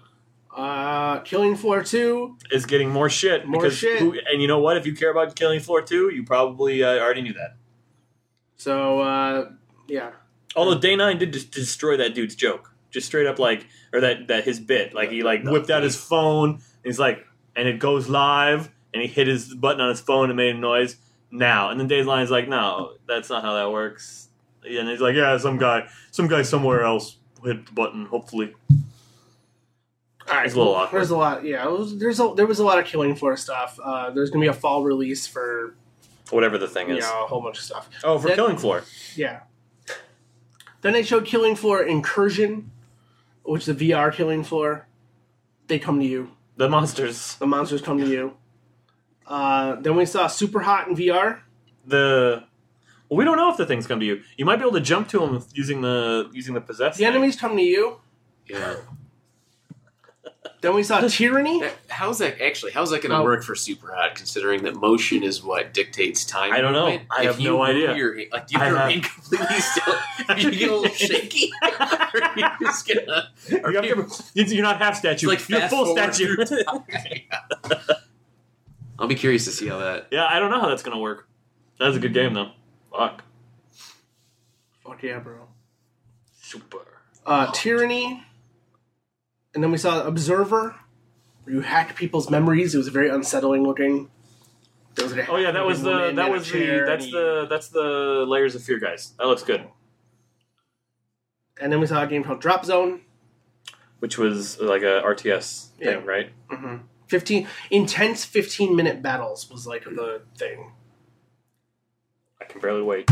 S1: Uh, Killing Floor Two.
S2: Is getting more shit.
S1: More
S2: because
S1: shit.
S2: Who, and you know what? If you care about Killing Floor two, you probably uh, already knew that.
S1: So uh, yeah,
S2: Although Day Nine did just destroy that dude's joke, just straight up like, or that that his bit, like he like whipped out his phone. And he's like, and it goes live, and he hit his button on his phone and made a noise. Now and then Day Nine's like, no, that's not how that works. And he's like, yeah, some guy, some guy somewhere else hit the button. Hopefully,
S1: All right,
S2: It's a little awkward.
S1: There's a lot. Yeah, it was, there's a, there was a lot of Killing Floor stuff. Uh, there's gonna be a fall release for
S2: whatever the thing
S1: you
S2: is.
S1: know, a whole bunch of stuff.
S2: Oh, for
S1: That-
S2: Killing Floor.
S1: Yeah. Then they showed Killing Floor Incursion, which is the VR Killing Floor. They come to you.
S2: The monsters,
S1: The monsters come to you. Uh, then we saw Super Hot in VR.
S2: the well, we don't know if the things come to you. You might be able to jump to them using the using the possess.
S1: The
S2: thing.
S1: enemies come to you.
S3: Yeah.
S1: Then we saw Tyranny.
S3: That- How's that actually? How's that going to
S1: Oh.
S3: work for Superhot? Considering that motion is what dictates time.
S2: I don't know.
S3: movement?
S2: I
S3: if
S2: have
S3: you
S2: no
S3: move
S2: idea.
S3: Your, like, do you
S2: I
S3: have to
S2: have-
S3: remain completely still? Do you get a little shaky? Or are you just gonna? Are
S2: You have
S3: you-
S2: to- you're not half statue.
S3: It's like
S2: you're
S3: fast
S2: full
S3: forward
S2: statue.
S3: I'll be curious to see how that.
S2: yeah, I don't know how that's gonna work. That's a good game though. Fuck.
S1: Fuck yeah, bro.
S2: Super.
S1: Uh, Tyranny. And then we saw Observer, where you hacked people's memories. It was very unsettling looking. There was a
S2: Oh yeah, that was the
S1: woman
S2: that
S1: in a
S2: was the
S1: chair,
S2: that's
S1: and
S2: the that's the layers of fear guys. That looks good.
S1: he- And then we saw a game called Drop Zone.
S2: Which was like a RTS
S1: Yeah.
S2: thing, right?
S1: hmm Fifteen intense fifteen minute battles was like the thing.
S2: I can barely wait.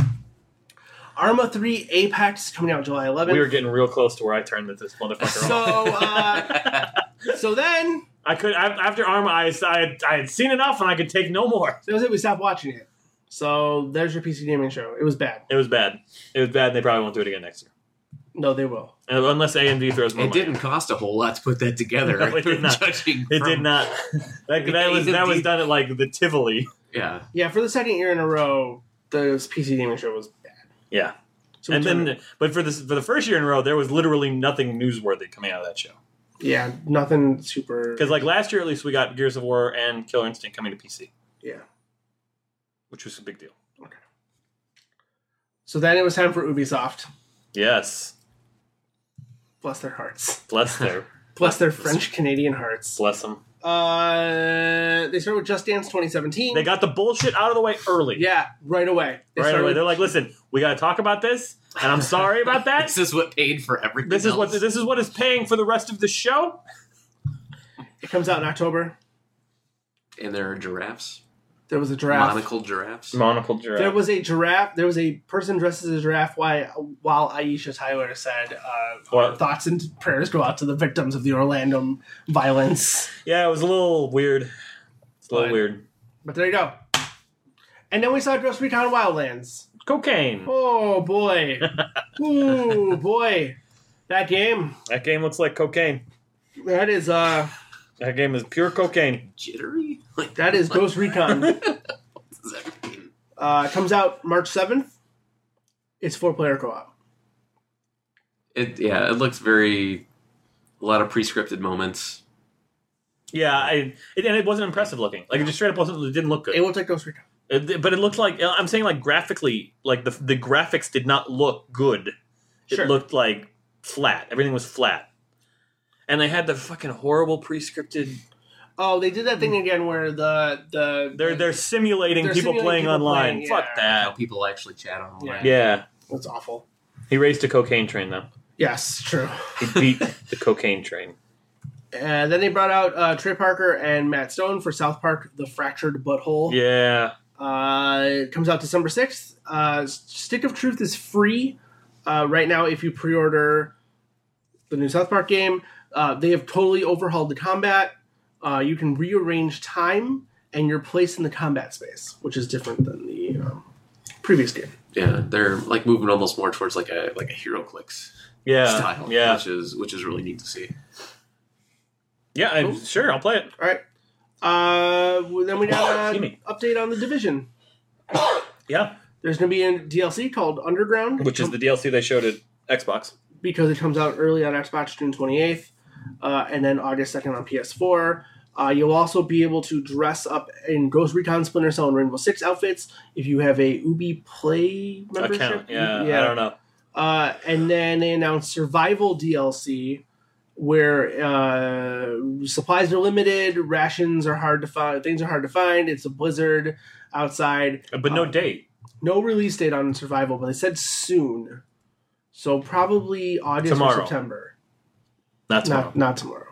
S1: Arma three Apex coming out July
S2: We were
S1: eleventh.
S2: getting real close to where I turned with this motherfucker.
S1: So
S2: off.
S1: uh, so then
S2: I could I, after Arma, I, I I had seen enough and I could take no more.
S1: that was it. We stopped watching it. So there's your PC gaming show. It was bad.
S2: It was bad. It was bad. and They probably won't do it again next year,
S1: No, they will.
S2: And unless AMD throws more
S3: It
S2: money.
S3: didn't cost a whole lot to put that together.
S2: No, it did not.
S3: Judging
S2: It
S3: from-
S2: did not. That, that was that was done at like the Tivoli.
S3: Yeah.
S1: Yeah, for the second year in a row, the PC gaming show was bad.
S2: Yeah.
S1: So we
S2: and
S1: turned-
S2: then, but for this for the first year in a row, there was literally nothing newsworthy coming out of that show.
S1: yeah, nothing super.
S2: Because like last year, at least we got Gears of War and Killer Instinct coming to PC.
S1: Yeah.
S2: which was a big deal.
S1: So then it was time for Ubisoft.
S2: Yes,
S1: Bless their hearts.
S2: bless their
S1: Bless their French Canadian hearts.
S2: bless them.
S1: Uh, they started with Just Dance 2017.
S2: They got the bullshit out of the way early.
S1: yeah, right away. They
S2: right
S1: started
S2: away.
S1: with-
S2: They're like, listen, we got to talk about this, and I'm sorry about that.
S3: This is what paid for everything.
S2: This is what
S3: else.
S2: this is what is paying for the rest of the show.
S1: it comes out in October.
S3: And there are giraffes,
S1: There was a giraffe.
S3: monocled giraffes.
S2: Monocle giraffe.
S1: There was a giraffe. There was a person dressed as a giraffe. Why, while Aisha Tyler said, uh,
S2: What?
S1: our "Thoughts and prayers go out to the victims of the Orlando violence."
S2: yeah, it was a little weird. It's a little
S1: Fine.
S2: weird.
S1: But there you go. And then we saw Ghost Recon Wildlands.
S2: Cocaine.
S1: Oh boy! Ooh boy! That game.
S2: That game looks like cocaine.
S1: That is uh.
S2: That game is pure cocaine.
S3: Jittery? Like,
S1: That is Ghost Recon.
S3: what does that mean?
S1: Uh, comes out March seventh. It's four player co op.
S3: It, yeah, it looks very. A lot of pre-scripted moments.
S2: Yeah, I, it, and it wasn't impressive looking. Like it just straight up wasn't. It didn't look good.
S1: It looked like Ghost Recon.
S2: It- but it looked like I'm saying like graphically, like the the graphics did not look good.
S1: Sure.
S2: It looked like flat. Everything was flat. And they had the fucking horrible pre-scripted.
S1: Oh, they did that thing again where the the
S2: They're they're simulating
S1: They're
S2: people
S1: simulating
S2: playing
S1: people
S2: online.
S1: playing,
S2: Fuck
S1: yeah.
S3: How
S2: that.
S3: people actually chat online.
S2: Yeah,
S1: that's awful.
S2: he raised a cocaine train though.
S1: Yes, true.
S2: He beat the cocaine train.
S1: And then they brought out uh, Trey Parker and Matt Stone for South Park: The Fractured Butthole.
S2: Yeah,
S1: Uh, it comes out December sixth. Uh, Stick of Truth is free uh, right now if you pre-order the new South Park game. Uh, they have totally overhauled the combat. Uh, you can rearrange time and your place in the combat space, which is different than the um, previous game.
S3: yeah, they're like moving almost more towards like a like a hero clicks
S2: yeah,
S3: style,
S2: yeah,
S3: which is which is really neat to see.
S2: yeah. I, sure, I'll play it.
S1: All right. Uh, well, then we got an
S2: Excuse me.
S1: update on the division.
S2: Yeah,
S1: There's going to be a DLC called Underground,
S2: which is the DLC they showed at Xbox.
S1: because it comes out early on Xbox June 28th, uh, and then August 2nd on PS4. Uh, you'll also be able to dress up in Ghost Recon, Splinter Cell, and Rainbow Six outfits if you have a Ubi Play membership.
S2: Account. Yeah, I don't know.
S1: Uh, and then they announced Survival DLC, where uh, supplies are limited, rations are hard to find, things are hard to find. It's a blizzard outside.
S2: But no
S1: Uh,
S2: date.
S1: No release date on Survival, but they said soon. So probably August or
S2: Tomorrow.
S1: September.
S2: Not tomorrow.
S1: Not, not tomorrow.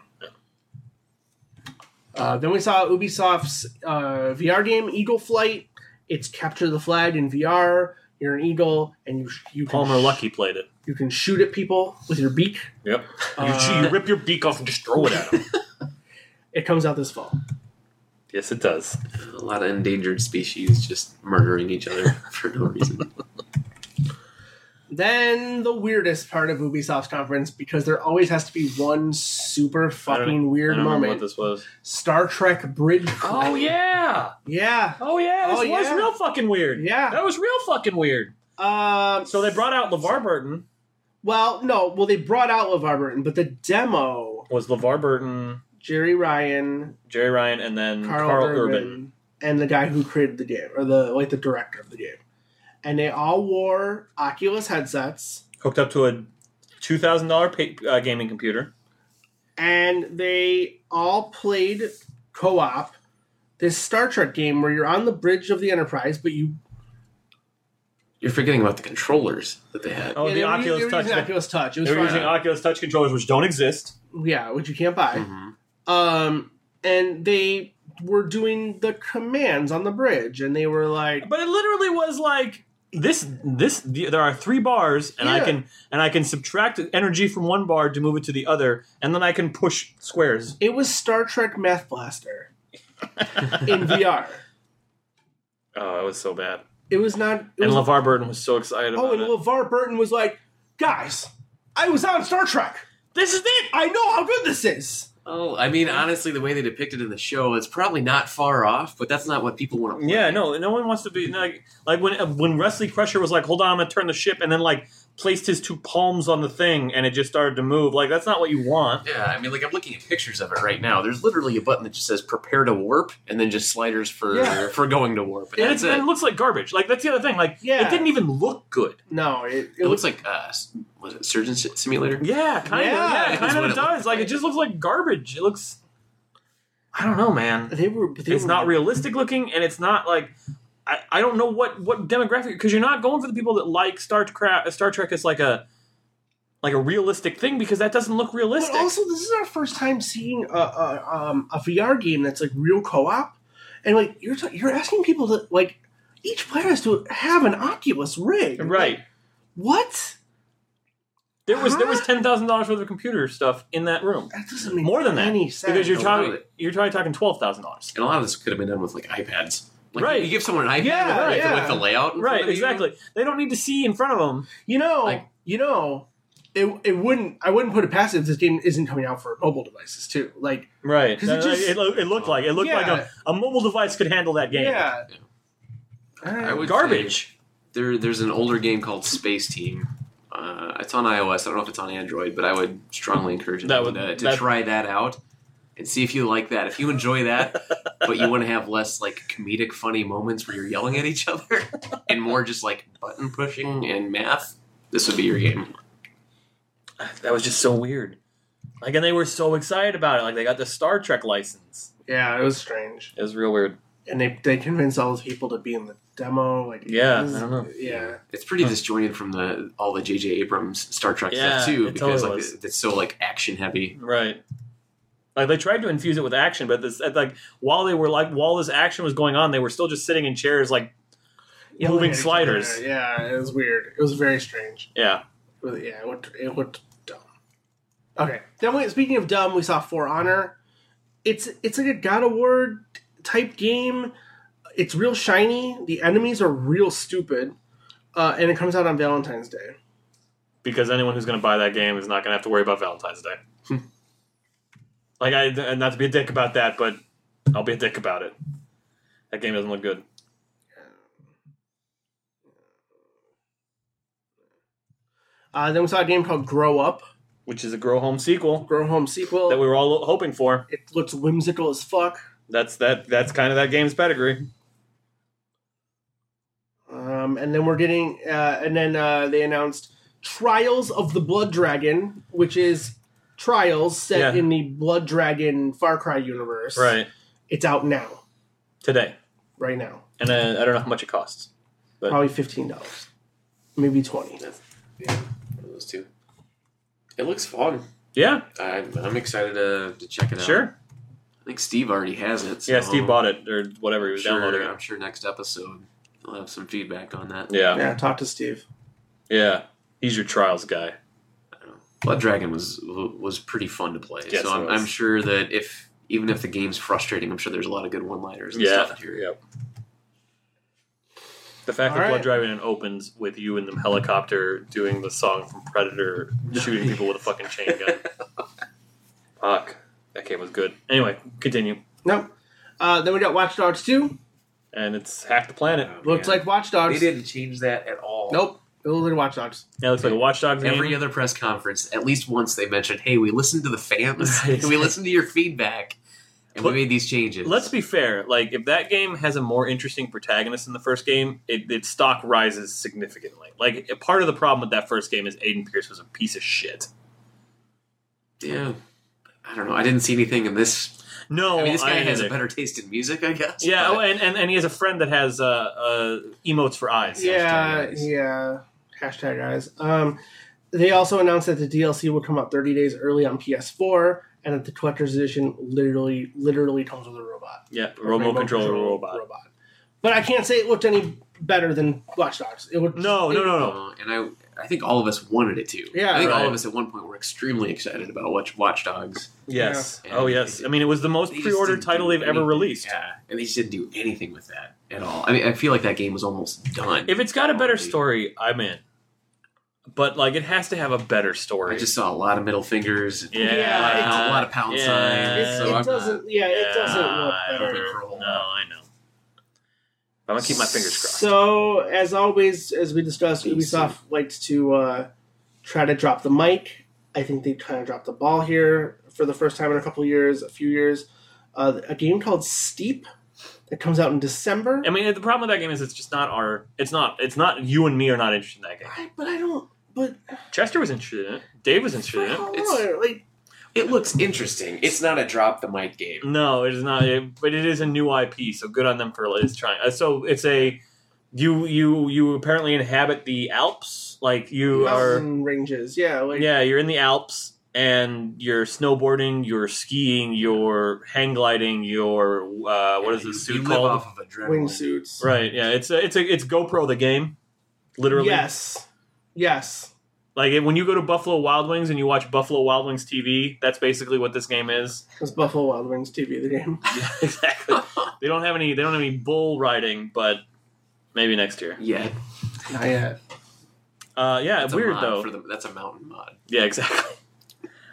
S1: Uh, then we saw Ubisoft's uh, VR game, Eagle Flight. It's capture the flag in VR. You're an eagle, and you sh- you can
S2: Palmer
S1: sh-
S2: Lucky played it.
S1: You can shoot at people with your beak.
S2: Yep.
S1: Uh,
S2: you, you rip your beak off and just throw it at him.
S1: It comes out this fall.
S2: yes, it does.
S3: A lot of endangered species just murdering each other for no reason.
S1: Then the weirdest part of Ubisoft's conference, because there always has to be one super fucking
S2: I
S1: weird
S2: don't remember
S1: moment.
S2: what this was.
S1: Star Trek Bridge.
S2: Oh yeah.
S1: yeah.
S2: Oh yeah. This
S1: Oh,
S2: was
S1: yeah.
S2: real fucking weird.
S1: Yeah.
S2: That was real fucking weird.
S1: Um,
S2: So they brought out LeVar Burton.
S1: well, no. Well, they brought out LeVar Burton, but the demo,
S2: Was LeVar Burton,
S1: Jerry Ryan,
S2: Jerry Ryan, and then
S1: Carl,
S2: Mm, Carl,
S1: Urban,
S2: Urban.
S1: and the guy who created the game, or the like the director of the game, and they all wore Oculus headsets,
S2: hooked up to a two thousand dollar pa- uh, gaming computer.
S1: and they all played co-op this Star Trek game where you're on the bridge of the Enterprise, but you
S3: You're forgetting about the controllers that they had.
S2: Oh,
S1: Yeah, they were-
S2: the
S1: they
S2: Oculus
S1: were
S2: Touch.
S1: using Oculus Touch. It was
S2: They were
S1: fine.
S2: using Oculus Touch controllers, which don't exist.
S1: yeah, which you can't buy.
S3: Mhm.
S2: Mm-hmm.
S1: Um, and they were doing the commands on the bridge, and they were like,
S2: But it literally was like this. This the, there are three bars, and I
S1: Yeah.
S2: can and I can subtract energy from one bar to move it to the other, and then I can push squares.
S1: it was Star Trek Math Blaster in VR.
S2: Oh, it was so bad.
S1: It was not. It
S2: And
S1: was,
S2: LeVar Burton was so excited
S1: oh,
S2: about
S1: and
S2: it.
S1: LeVar Burton was like, guys, I was on Star Trek.
S2: this is it.
S1: I know how good this is.
S3: Oh, I mean, honestly, the way they depicted it in the show, it's probably not far off, but that's not what people want to. Play.
S2: Yeah, no, no one wants to be like like when uh, when Wesley Crusher was like, "Hold on, I'm gonna turn the ship," and then like placed his two palms on the thing and it just started to move. Like that's not what you want.
S3: Yeah, I mean, like I'm looking at pictures of it right now. There's literally a button that just says "Prepare to warp," and then just sliders for
S1: Yeah.
S3: for going to warp. And
S2: And,
S3: that's
S2: it's, and it
S3: it.
S2: looks like garbage. Like that's the other thing. Like
S1: Yeah.
S2: it didn't even look good.
S1: No, it,
S3: It looks like uh, s- was it Surgeon S- Simulator?
S2: Yeah, kind of.
S1: Yeah,
S2: Yeah,
S1: is
S2: kind
S3: what
S2: of
S3: it
S2: it does.
S3: looked
S2: Like it
S3: like.
S2: just looks like garbage. It looks. I don't know, man.
S1: they were. They
S2: it's
S1: were-
S2: not realistic looking and it's not like I, I don't know what what demographic because you're not going for the people that like Star Trek Star Trek is like a like a realistic thing because that doesn't look
S1: But
S2: realistic.
S1: also, this is our first time seeing a, a, um, a VR game that's like real co-op, and like you're t- you're asking people to like each player has to have an Oculus rig,
S2: right.
S1: What?
S2: There was there was
S1: Huh?
S2: ten thousand dollars worth of computer stuff in that room.
S1: That doesn't make
S2: More than that.
S1: any sense.
S2: Because you're
S3: Oh,
S2: talking
S3: really?
S2: you're probably talking twelve thousand dollars.
S3: And a lot of this could have been done with like iPads. Like,
S2: Right.
S3: You give someone an iPad
S1: Yeah,
S3: with, like,
S1: yeah.
S3: with the layout. in front
S2: Right,
S3: of you.
S2: exactly. They don't need to see in front of them.
S1: You know,
S3: Like-
S1: you know, it, it wouldn't. I wouldn't put it past it if this game isn't coming out for mobile devices too. Like,
S2: Right,
S1: 'Cause it
S2: it,
S1: just-
S2: it, lo- it looked like it looked like
S1: Yeah.
S2: a, a mobile device could handle that game.
S1: yeah, All right.
S3: I would say
S2: garbage.
S3: There, there's an older game called Space Team. Uh, it's on iOS. I don't know if it's on Android, but I would strongly encourage
S2: That
S3: everyone
S2: would-
S3: to, to
S2: that-
S3: try that out and see if you like that. If you enjoy that, but you want to have less like comedic, funny moments where you're yelling at each other and more just like button pushing and math, this would be your game.
S2: that was just so weird. Like, and they were so excited about it. Like, they got the Star Trek license.
S1: yeah, it was strange.
S2: It was real weird.
S1: And they they convinced all those people to be in the demo. Like,
S2: Yeah,
S1: it was-
S2: I don't know.
S1: Yeah,
S3: It's pretty
S2: Huh.
S3: disjointed from the all the J.J. Abrams Star Trek
S2: Yeah,
S3: stuff too,
S2: it
S3: because
S2: totally
S3: like
S2: was.
S3: it's so like action heavy.
S2: Right. Like they tried to infuse it with action, but this at, like while they were like while this action was going on, they were still just sitting in chairs. Like,
S1: Yeah,
S2: Moving
S1: yeah,
S2: sliders.
S1: Yeah, it was weird. It was very strange.
S2: yeah,
S1: Well, Yeah, it looked, it looked dumb. Okay. Then we, speaking of dumb, we saw For Honor. It's it's like a God of War type game. It's real shiny. The enemies are real stupid, uh, and it comes out on Valentine's Day.
S2: because anyone who's going to buy that game is not going to have to worry about Valentine's Day. like, I and not to be a dick about that, but I'll be a dick about it. That game doesn't look good.
S1: Uh, then we saw a game called Grow Up,
S2: Which is a Grow Home sequel
S1: Grow Home sequel.
S2: that we were all hoping for.
S1: it looks whimsical as fuck.
S2: That's that. That's kind of that game's pedigree.
S1: Um, and then we're getting, uh, and then uh, they announced Trials of the Blood Dragon, which is Trials set
S2: Yeah.
S1: in the Blood Dragon Far Cry universe.
S2: Right
S1: It's out now,
S2: today,
S1: right now.
S2: and uh, I don't know how much it costs. But-
S1: Probably fifteen dollars, maybe twenty.
S3: Those two. It looks fun.
S2: Yeah,
S3: I, I'm excited to, to check it out.
S2: sure.
S3: I think Steve already has it.
S2: Yeah,
S3: so-
S2: Steve bought it or whatever he was
S3: Oh. sure,
S2: downloading.
S3: I'm sure next episode we'll have some feedback on that.
S2: Yeah. yeah,
S1: Yeah, talk to Steve.
S2: He's your trials guy.
S3: Blood Dragon was was pretty fun to play,
S2: Yes,
S3: so
S2: it
S3: I'm,
S2: was.
S3: I'm sure that if even if the game's frustrating, I'm sure there's a lot of good one-liners and
S2: Yeah,
S3: stuff here.
S2: yep. The fact
S1: All
S2: that
S1: right.
S2: Blood Driving opens with you in the helicopter doing the song from Predator, shooting people with a fucking chain gun. Fuck, that game was good. Anyway, continue.
S1: Nope. Uh, then we got Watch Dogs Two.
S2: And it's half the planet.
S1: Looks like Watch Dogs.
S3: didn't change that at all.
S1: Nope. It looks like Watch Dogs.
S2: Yeah, it looks like a Watchdog game.
S3: Every other press conference, at least once, they mentioned, "Hey, we listened to the fans.
S2: Right.
S3: we listened to your feedback, and
S2: Let-
S3: we made these changes."
S2: Let's be fair. Like, if that game has a more interesting protagonist in the first game, it, its stock rises significantly. Like, part of the problem with that first game is Aiden Pierce was a piece of shit.
S3: yeah. I don't know. I didn't see anything in this.
S2: No,
S3: I mean, this guy has a
S2: Oh, either.
S3: better taste in music, I guess.
S2: Yeah,
S3: but-
S2: oh, and, and and he has a friend that has uh, uh emotes for eyes.
S1: Yeah,
S3: eyes.
S1: yeah. Hashtag guys. Um, they also announced that the DLC will come out 30 days early on PS4, and that the collector's edition literally, literally comes with a robot,
S2: Yeah,
S1: A
S2: remote controller
S1: control
S2: robot.
S1: But I can't say it looked any better than Watch Dogs. It looked
S2: No, no, no, no.
S3: Uh, and I, I think all of us wanted it to.
S1: Yeah,
S3: I think all
S2: right.
S3: of us at one point were extremely excited about Watch Watch Dogs.
S2: Yes.
S3: Yeah.
S2: Oh, yes. I mean, it was the most
S3: They just
S2: pre-ordered
S3: didn't
S2: title
S3: do
S2: they've ever
S3: anything.
S2: released.
S3: Yeah, and they just didn't do anything with that at all. I mean, I feel like that game was almost done.
S2: If it's got a better story, I'm in. But like, it has to have a better story.
S3: I just saw a lot of middle fingers. and
S2: yeah,
S3: a lot of-
S1: Yeah,
S3: a lot of pound
S2: yeah.
S3: signs.
S1: It's,
S3: so
S1: it
S3: I'm not-
S1: doesn't. yeah, it doesn't
S2: Yeah,
S1: look
S2: Uh, I
S3: don't
S1: better.
S3: think-
S2: No, I know. I'm gonna keep my fingers crossed.
S1: So, as always, as we discussed, Ubisoft liked to uh, try to drop the mic. I think they kind of dropped the ball here for the first time in a couple years, a few years. Uh, a game called Steep that comes out in December.
S2: I mean, the problem with that game is it's just not our. It's not. It's not you and me are not interested in that game.
S1: I- but I don't. But
S2: Chester was interested in it. Dave was
S1: for
S2: interested in
S1: how
S3: It's-
S1: long? Like,
S3: It looks interesting. It's not a drop the mic game.
S2: it. No, it is not. It, but it is a new IP, so good on them for is trying. Uh, So it's a you you you apparently inhabit the Alps. Like you are.
S1: mountain ranges. Yeah. Like,
S2: Yeah, you're in the Alps and you're snowboarding, you're skiing, you're hang gliding, you're uh, what is
S3: You-
S2: this suit
S3: you
S2: called?
S3: Live off of adrenaline.
S1: wingsuits.
S2: right. Yeah, it's a, it's a, it's GoPro the game, literally.
S1: Yes. Yes.
S2: Like it, when you go to Buffalo Wild Wings and you watch Buffalo Wild Wings TV, that's basically what this game is.
S1: It's Buffalo Wild Wings TV, the game.
S2: exactly. They don't have any. They don't have any bull riding, but maybe next year.
S3: Yeah,
S1: Not yet.
S2: Uh, yeah,
S3: that's a
S2: weird
S3: mod
S2: though.
S3: For the, that's a mountain mod.
S2: Yeah, exactly.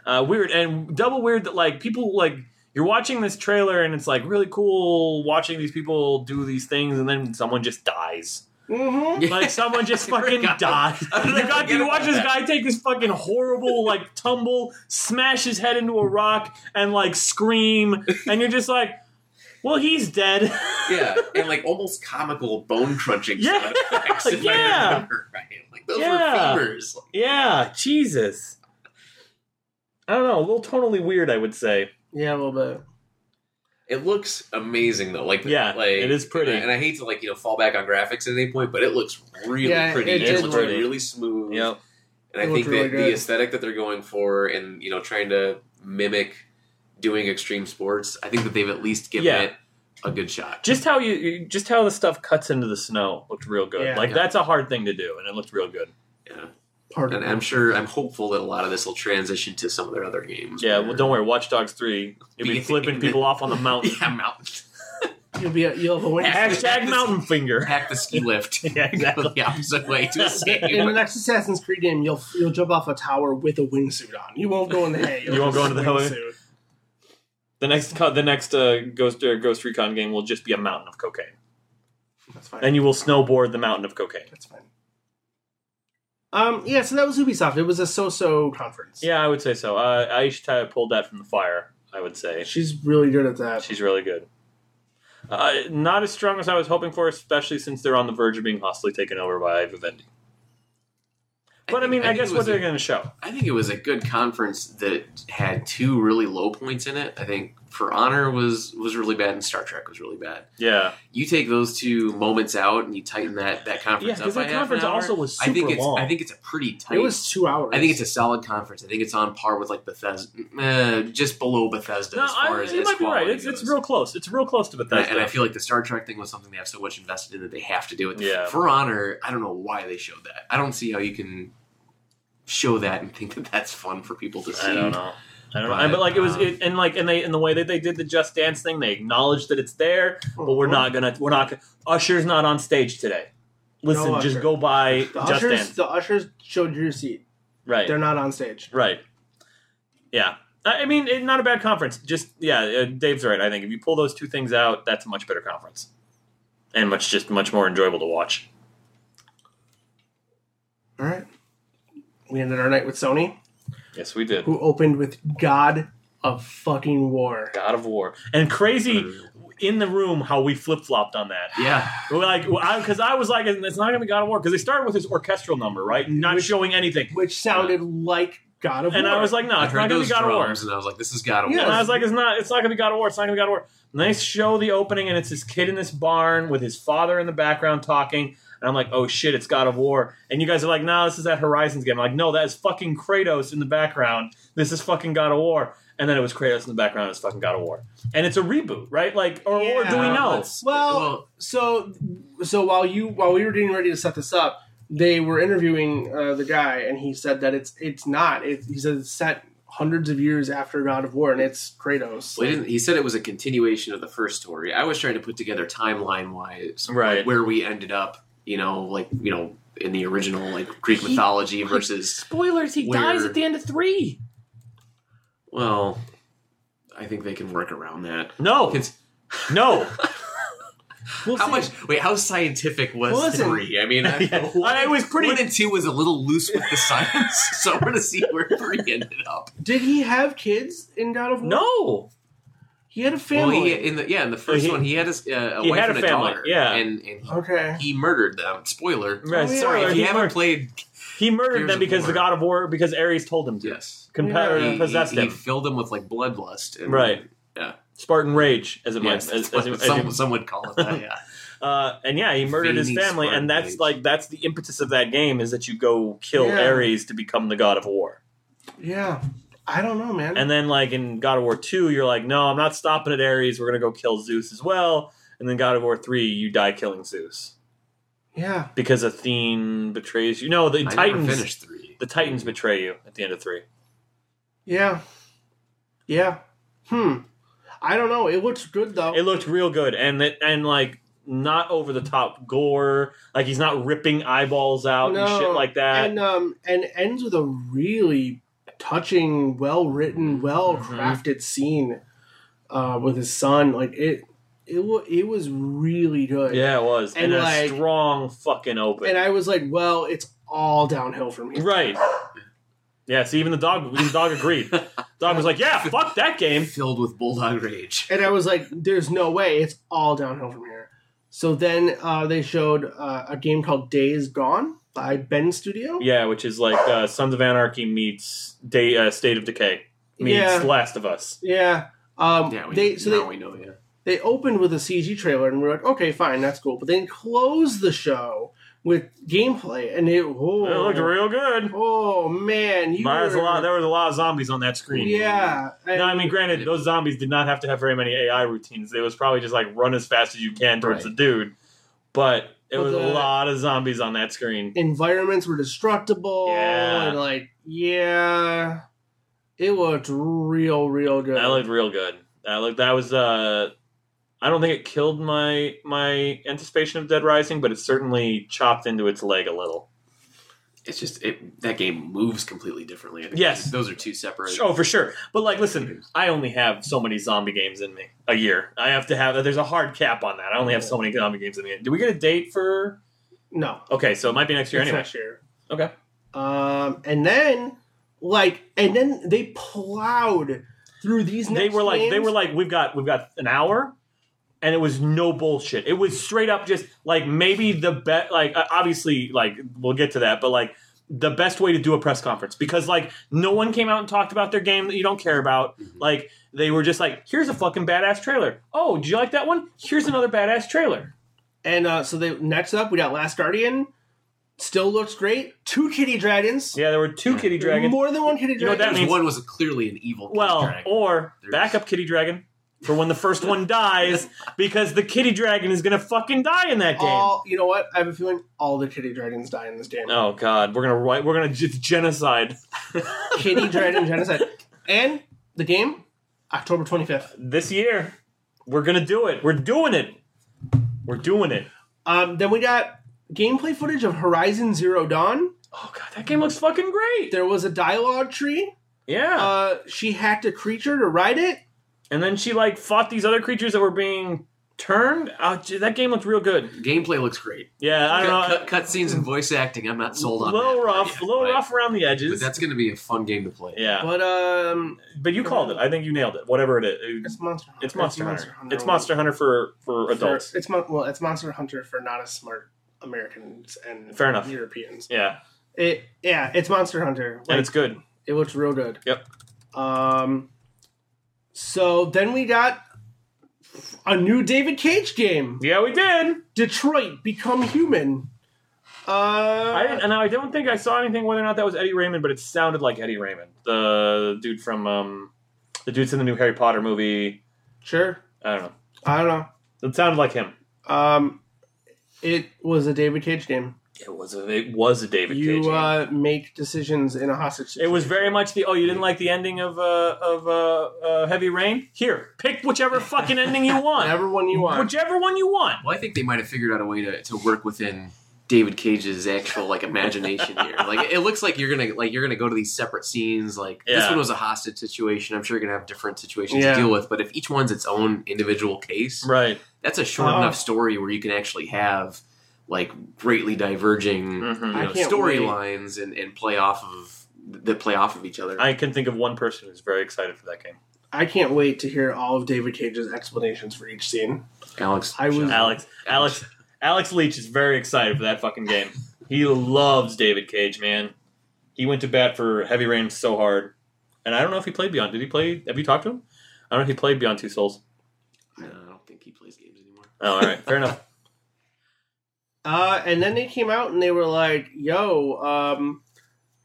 S2: Uh, weird and double weird that like people like you're watching this trailer and it's like really cool watching these people do these things and then someone just dies.
S1: Mm-hmm.
S2: Like someone just
S3: I
S2: fucking
S3: forgot.
S2: dies.
S3: How did I
S2: You got
S3: forget
S2: you watch
S3: about
S2: this
S3: that?
S2: guy take this fucking horrible like tumble, smash his head into a rock and like scream and you're just like, well he's dead.
S3: Yeah, and like almost comical bone crunching
S2: Yeah.
S3: sound effects. If
S2: Yeah.
S3: I remember right, like those
S2: Yeah.
S3: were fevers.
S2: yeah, Jesus. I don't know, a little tonally weird I would say.
S1: Yeah, a little bit.
S3: It looks amazing though. Like
S2: Yeah,
S3: like,
S2: it is pretty.
S3: And I, and I hate to like you know fall back on graphics at any point, but it looks really
S1: Yeah,
S3: pretty.
S1: it
S3: It,
S2: did
S3: looks
S2: look-
S3: really smooth. And
S1: It
S3: I
S1: looked
S3: think
S1: really
S3: that
S1: good.
S3: the aesthetic that they're going for, and you know, trying to mimic doing extreme sports, I think that they've at least given
S2: Yeah.
S3: it a good shot.
S2: just how you- you just how the stuff cuts into the snow looked real good.
S1: Yeah.
S2: like
S3: Yeah.
S2: that's a hard thing to do, and it looked real good.
S3: Yeah.
S1: Pardon.
S3: And I'm sure, I'm hopeful that a lot of this will transition to some of their other games.
S2: Yeah,
S3: where-
S2: well, don't worry. Watch Dogs Three, you'll be flipping people off on the mountain.
S3: yeah, mountain
S1: You'll be a, you'll have a wing.
S2: Hashtag Mountain Finger.
S3: hack the ski lift.
S2: Yeah, exactly.
S3: Go the opposite way to escape.
S1: In the next Assassin's Creed game, you'll you'll jump off a tower with a wingsuit on. You won't go in the hay.
S2: You won't go into the hay.
S1: wingsuit.
S2: The next co- the next uh, Ghost uh, Ghost Recon game will just be a mountain of cocaine,
S1: That's fine.
S2: and you will snowboard the mountain of cocaine.
S1: That's fine. Um. Yeah. So that was Ubisoft. It was a so-so conference.
S2: Yeah, I would say so. Uh, Aisha Tai pulled that from the fire. I would say
S1: She's really good at that.
S2: she's really good. Uh, not as strong as I was hoping for, especially since they're on the verge of being hostily taken over by Vivendi. But I, mean, I,
S3: think
S2: guess
S3: it
S2: what
S3: was
S2: they're
S3: a-
S2: going to show.
S3: I think it was a good conference that had two really low points in it. I think For Honor was was really bad, and Star Trek was really bad.
S2: Yeah,
S3: You take those two moments out and you tighten that that conference up by half an hour,
S2: was
S3: I think it's I think it's a pretty tight.
S1: It was two hours.
S3: I think it's a solid conference. I think it's on par with like Bethesda, eh, just below Bethesda
S2: no,
S3: as far
S2: I,
S3: as,
S2: you
S3: as
S2: might be right.
S3: quality
S2: It's, it's
S3: goes.
S2: real close. It's real close to
S3: And I,
S2: Bethesda.
S3: and I feel like the Star Trek thing was something they have so much invested in that they have to do it.
S2: Yeah.
S3: For Honor, I don't know why they showed that. I don't see how you can show that and think that that's fun for people to see.
S2: I don't know. I don't know.
S3: But,
S2: I- But, like it was,
S3: um,
S2: it, and like and they in the way that they did the Just Dance thing, they acknowledged that it's there,
S1: Oh,
S2: but we're not gonna. We're not. gonna- Usher's not on stage today. Listen,
S1: No
S2: just
S1: Usher.
S2: go by
S1: The
S2: Just
S1: ushers.
S2: Dance.
S1: The ushers showed you your seat.
S2: Right.
S1: They're not on stage.
S2: Right. Yeah. I I mean, it, not a bad conference. Just yeah, uh, Dave's right. I think if you pull those two things out, that's a much better conference, and much just much more enjoyable to watch.
S1: All right. We ended our night with Sony,
S2: Yes, we did.
S1: who opened with God of Fucking War.
S2: God of War Mm. and crazy in the room how we flip flopped on that.
S3: Yeah.
S2: We're like, because I, was like, it's not gonna be God of War because they started with this orchestral number, right? Not showing anything,
S1: which sounded like God of
S2: and
S1: War.
S2: I was like, no,
S3: I
S2: it's not
S3: heard
S2: gonna
S3: those
S2: be God of War.
S3: drums and I was like, this is God of
S1: Yeah.
S2: And I
S3: War.
S2: was like, it's not, it's not gonna be God of War, it's not gonna be God of War. And they show the opening, and it's this kid in this barn with his father in the background talking, and I'm like, oh shit, it's God of War. And you guys are like, no, this is that Horizons game. I'm like, no, that is fucking Kratos in the background. This is fucking God of War. And then it was Kratos in the background. It's fucking God of War, and it's a reboot, right? Like, or, or do we
S1: Yeah,
S2: know?
S3: let's-
S1: well,
S3: Uh, Well-
S1: so so while you while we were getting ready to set this up, they were interviewing uh, the guy, and he said that it's it's not. It, he said it's set hundreds of years after God of War, and it's Kratos.
S3: Well, he, didn't, he said it was a continuation of the first story. I was trying to put together timeline wise,
S2: Right.
S3: where we ended up. You know, like you know, in the original like Greek
S2: He-
S3: mythology versus
S2: Spoilers, he
S3: Where-
S2: dies at the end of three.
S3: well, I think they can work around that.
S2: No.
S3: It's-
S2: No.
S1: We'll
S3: how
S1: see.
S3: much? Wait, how scientific was
S1: Well, listen.
S3: three? I mean, I,
S2: Yeah.
S3: one-
S2: It was pretty-
S3: One and two was a little loose with the science, so we're gonna see where three ended up.
S1: Did he have kids in God of War?
S2: No,
S1: He had a
S3: Well,
S1: family.
S3: he, in the yeah, in the first
S2: He-
S3: one, he had his, uh, a
S2: he
S3: wife
S2: had a
S3: and
S2: family,
S3: daughter,
S2: yeah.
S3: and, and he,
S1: okay.
S3: he murdered them. Spoiler.
S2: Right,
S1: Oh, yeah.
S3: Sorry, if
S2: he
S3: you haven't
S2: murdered-
S3: played,
S2: he murdered
S3: Gears
S2: them
S3: of
S2: because
S3: War.
S2: the God of War because Ares told him to.
S3: yes,
S2: Compa-
S1: Yeah.
S2: or
S1: He-
S3: he,
S2: possessed
S3: he, he
S2: him.
S3: filled them with like bloodlust, and,
S2: Right.
S3: Yeah.
S2: Spartan rage, as it might,
S3: Yes,
S2: as, as,
S3: that's what
S2: it- as it-
S3: some, some would call it that. Yeah.
S2: uh, and yeah, he murdered his
S3: Phoenix
S2: family,
S3: Spartan
S2: and that's
S3: rage.
S2: like that's the impetus of that game is that you go kill
S1: Yeah.
S2: Ares to become the god of war.
S1: Yeah. I don't know, man.
S2: And then like in God of War two, you're like, no, I'm not stopping at Ares. We're gonna go kill Zeus as well. And then God of War three, you die killing Zeus
S1: yeah.
S2: because Athene betrays you. No, the
S3: I
S2: Titans,
S3: never finished three.
S2: the Titans betray you at the end of three.
S1: Yeah. Yeah. Hmm. I don't know. It looks good
S3: Oh.
S1: though.
S2: It looked real good, and it, and like not over the top gore. Like he's not ripping eyeballs out and
S1: No,
S2: shit like that.
S1: and um and ends with a really touching, well
S2: Mm-hmm.
S1: written, well crafted scene uh, with his son. Like it, it wa it was really good.
S2: yeah, it was, and,
S1: and,
S2: a
S1: like-
S2: strong fucking open.
S1: And I was like, well, it's all downhill from here.
S2: right. Yeah, see, even the dog, even the dog agreed. Dog was like, "Yeah, fuck that game."
S3: filled with bulldog rage.
S1: And I was like, there's no way. It's all downhill from here. So then uh, they showed uh, a game called Days Gone by Ben Studio.
S2: Yeah, which is like uh, Sons of Anarchy meets Day, uh, State of Decay meets
S1: Yeah.
S2: Last of Us.
S1: Yeah. Um,
S3: Yeah, we,
S1: they, so
S3: now
S1: they,
S3: we know. Yeah,
S1: they opened with a CG trailer, and we're like, okay, fine, that's cool. But then closed the show with gameplay, and it oh,
S2: It looked real good.
S1: oh man, you
S2: There's a
S1: were-
S2: lot. There was a lot of zombies on that screen.
S1: yeah, and,
S2: No, I mean, granted, those zombies did not have to have very many AI routines. It was probably just like run as fast as you can towards the
S3: Right.
S2: dude. But it
S1: But
S2: was a
S1: the-
S2: lot of zombies on that screen.
S1: environments were destructible,
S2: Yeah.
S1: and like, yeah, it looked real, real good.
S2: That looked real good. That looked. That was. Uh, I don't think it killed my my anticipation of Dead Rising, but it certainly chopped into its leg a little.
S3: it's just it, that game moves completely differently. I think
S2: Yes.
S3: those are two separate.
S2: Oh, for sure. But like, listen, I only have so many zombie games in me a year. I have to have. There's a hard cap on that. I only have so many zombie games in me. Do we get a date for?
S1: no,
S2: Okay, so it might be next year
S1: it's
S2: anyway.
S1: not sure.
S2: Okay.
S1: Um, and then like, and then they plowed through these.
S2: they
S1: next
S2: were like they
S1: games.
S2: were like we've got we've got an hour and it was no bullshit it was straight up just like maybe the best like uh, obviously like we'll get to that but like the best way to do a press conference because like no one came out and talked about their game that you don't care about
S1: Mm-hmm.
S2: like they were just like here's a fucking badass trailer oh did you like that one here's another badass trailer
S1: And uh, so they next up we got Last Guardian. Still looks great. Two kitty dragons.
S2: yeah there were two kitty dragons
S1: More than one kitty
S2: You know what
S1: dragon.
S2: that
S3: Because
S2: means-
S3: one was clearly an evil.
S2: well
S3: dragon.
S2: or
S3: There's-
S2: backup kitty dragon for when the first one dies because the kitty dragon is gonna fucking die in that game
S1: all you know what? I have a feeling all the kitty dragons die in this game.
S2: Oh God, we're gonna write. We're gonna it's genocide.
S1: kitty dragon genocide. And the game, October twenty fifth.
S2: This year, we're gonna do it. We're doing it. We're doing it.
S1: Um, then we got gameplay footage of Horizon Zero Dawn.
S2: Oh God, that game looks fucking great.
S1: There was a dialogue tree.
S2: Yeah.
S1: Uh, she hacked a creature to ride it.
S2: and then she like fought these other creatures that were being turned. Oh, gee, that game looked real good.
S3: gameplay looks great.
S2: Yeah, I
S3: cut,
S2: don't know.
S3: cut, cut scenes and voice acting. I'm not sold on.
S2: little
S3: that
S2: rough,
S3: yet,
S2: little
S3: but-
S2: rough around the
S3: But
S2: edges.
S3: that's going to be a fun game to play.
S2: yeah,
S1: But um,
S2: but you called it. I think you nailed it. Whatever it is,
S1: it's Monster. Hunter.
S2: it's Monster Hunter. It's
S1: World.
S2: Monster Hunter for for
S1: For-
S2: adults.
S1: it's mon- well, it's Monster Hunter for not as smart Americans and
S2: Fair enough.
S1: Europeans.
S2: Yeah,
S1: It yeah, it's Monster Hunter. Like,
S2: and it's good.
S1: it looks real good.
S2: Yep.
S1: Um. So then we got a new David Cage game,
S2: Yeah, we did.
S1: Detroit Become Human. Uh,
S2: I didn't, and I don't think I saw anything whether or not that was Eddie Raymond, but it sounded like Eddie Raymond, the dude from um, the dude's in the new Harry Potter movie.
S1: sure.
S2: I don't know.
S1: I don't
S2: It sounded like him.
S1: know. Um, it was a David Cage game.
S2: It was a it was a David
S1: you Uh, make decisions in a hostage.
S2: it
S1: Situation.
S2: was very much the oh you didn't like the ending of uh, of uh, uh, Heavy Rain. Here, pick whichever fucking ending you want,
S1: whatever one you want.
S2: whichever one you want.
S3: Well, I think they might have figured out a way to, to work within David Cage's actual like imagination here. Like it looks like you're gonna like you're gonna go to these separate scenes. Like this
S2: Yeah.
S3: one was a hostage situation. I'm sure you're gonna have different situations
S1: Yeah.
S3: to deal with. But if each one's its own individual case,
S2: Right.
S3: that's a short
S1: Oh.
S3: enough story where you can actually have like greatly diverging
S2: Mhm.
S3: you
S1: Mm-hmm. I
S3: know,
S1: can't
S3: storylines and, and play off of that play off of each other.
S2: I can think of one person who's very excited for that game.
S1: I can't wait to hear all of David Cage's explanations for each scene.
S3: Alex,
S1: I was-
S2: Alex, Alex, Alex Leach is very excited for that fucking game. He loves David Cage, man. He went to bat for Heavy Rain so hard, and I don't know if he played Beyond. Did he play? Have you talked to him? I don't know if he played Beyond Two Souls.
S3: No, I don't think he plays games anymore.
S2: Oh, all right, fair enough.
S1: Uh, and then they came out and they were like, "Yo, um,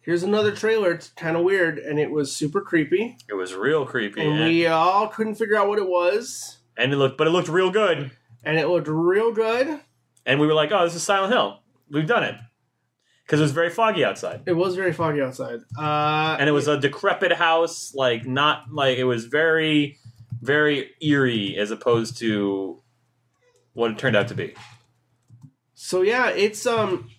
S1: here's another trailer. It's kind of weird, and it was super creepy,
S2: It was real creepy,
S1: and
S2: and,
S1: we all couldn't figure out what it was,
S2: and it looked, but it looked real good.
S1: and it looked real good.
S2: And we were like, "Oh, this is Silent Hill. We've done it," because it was very foggy outside,
S1: It was very foggy outside, uh,
S2: and it was a decrepit house, like not like it was very, very eerie as opposed to what it turned out to be.
S1: so yeah, it's um,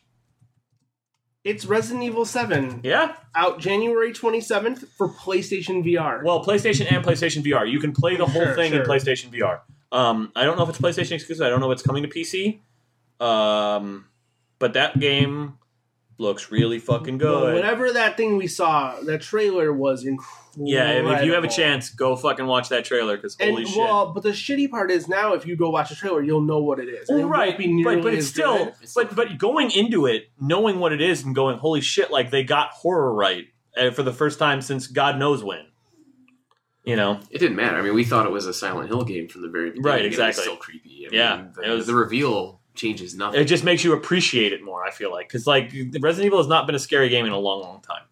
S1: it's Resident Evil Seven
S2: Yeah.
S1: out January 27th for PlayStation VR.
S2: Well, PlayStation and PlayStation VR. You can play the whole
S1: Sure,
S2: thing
S1: sure.
S2: in PlayStation VR. Um, I don't know if it's PlayStation exclusive. I don't know if it's coming to PC. Um, but that game looks really fucking
S1: Well,
S2: good.
S1: whatever that thing we saw, that trailer was incredible.
S2: yeah, if- if you have a chance, go fucking watch that trailer because
S1: And
S2: holy shit.
S1: well, but the shitty part is now if you go watch a trailer, you'll know what it is. And it
S2: Well,
S1: won't
S2: right,
S1: be
S2: right,
S1: nearly
S2: but it's
S1: as
S2: still,
S1: good.
S2: but but going into it, knowing what it is, and going, holy shit, like they got horror right uh, for the first time since God knows when. You know,
S3: It didn't matter. I mean, we thought it was a Silent Hill game from the very beginning.
S2: Right,
S3: and It
S2: exactly.
S3: was still creepy. I
S2: Yeah,
S3: mean,
S2: it
S3: the,
S2: was-
S3: the reveal changes nothing.
S2: it just makes you appreciate it more. I feel like because like Resident Evil has not been a scary game in a long, long time.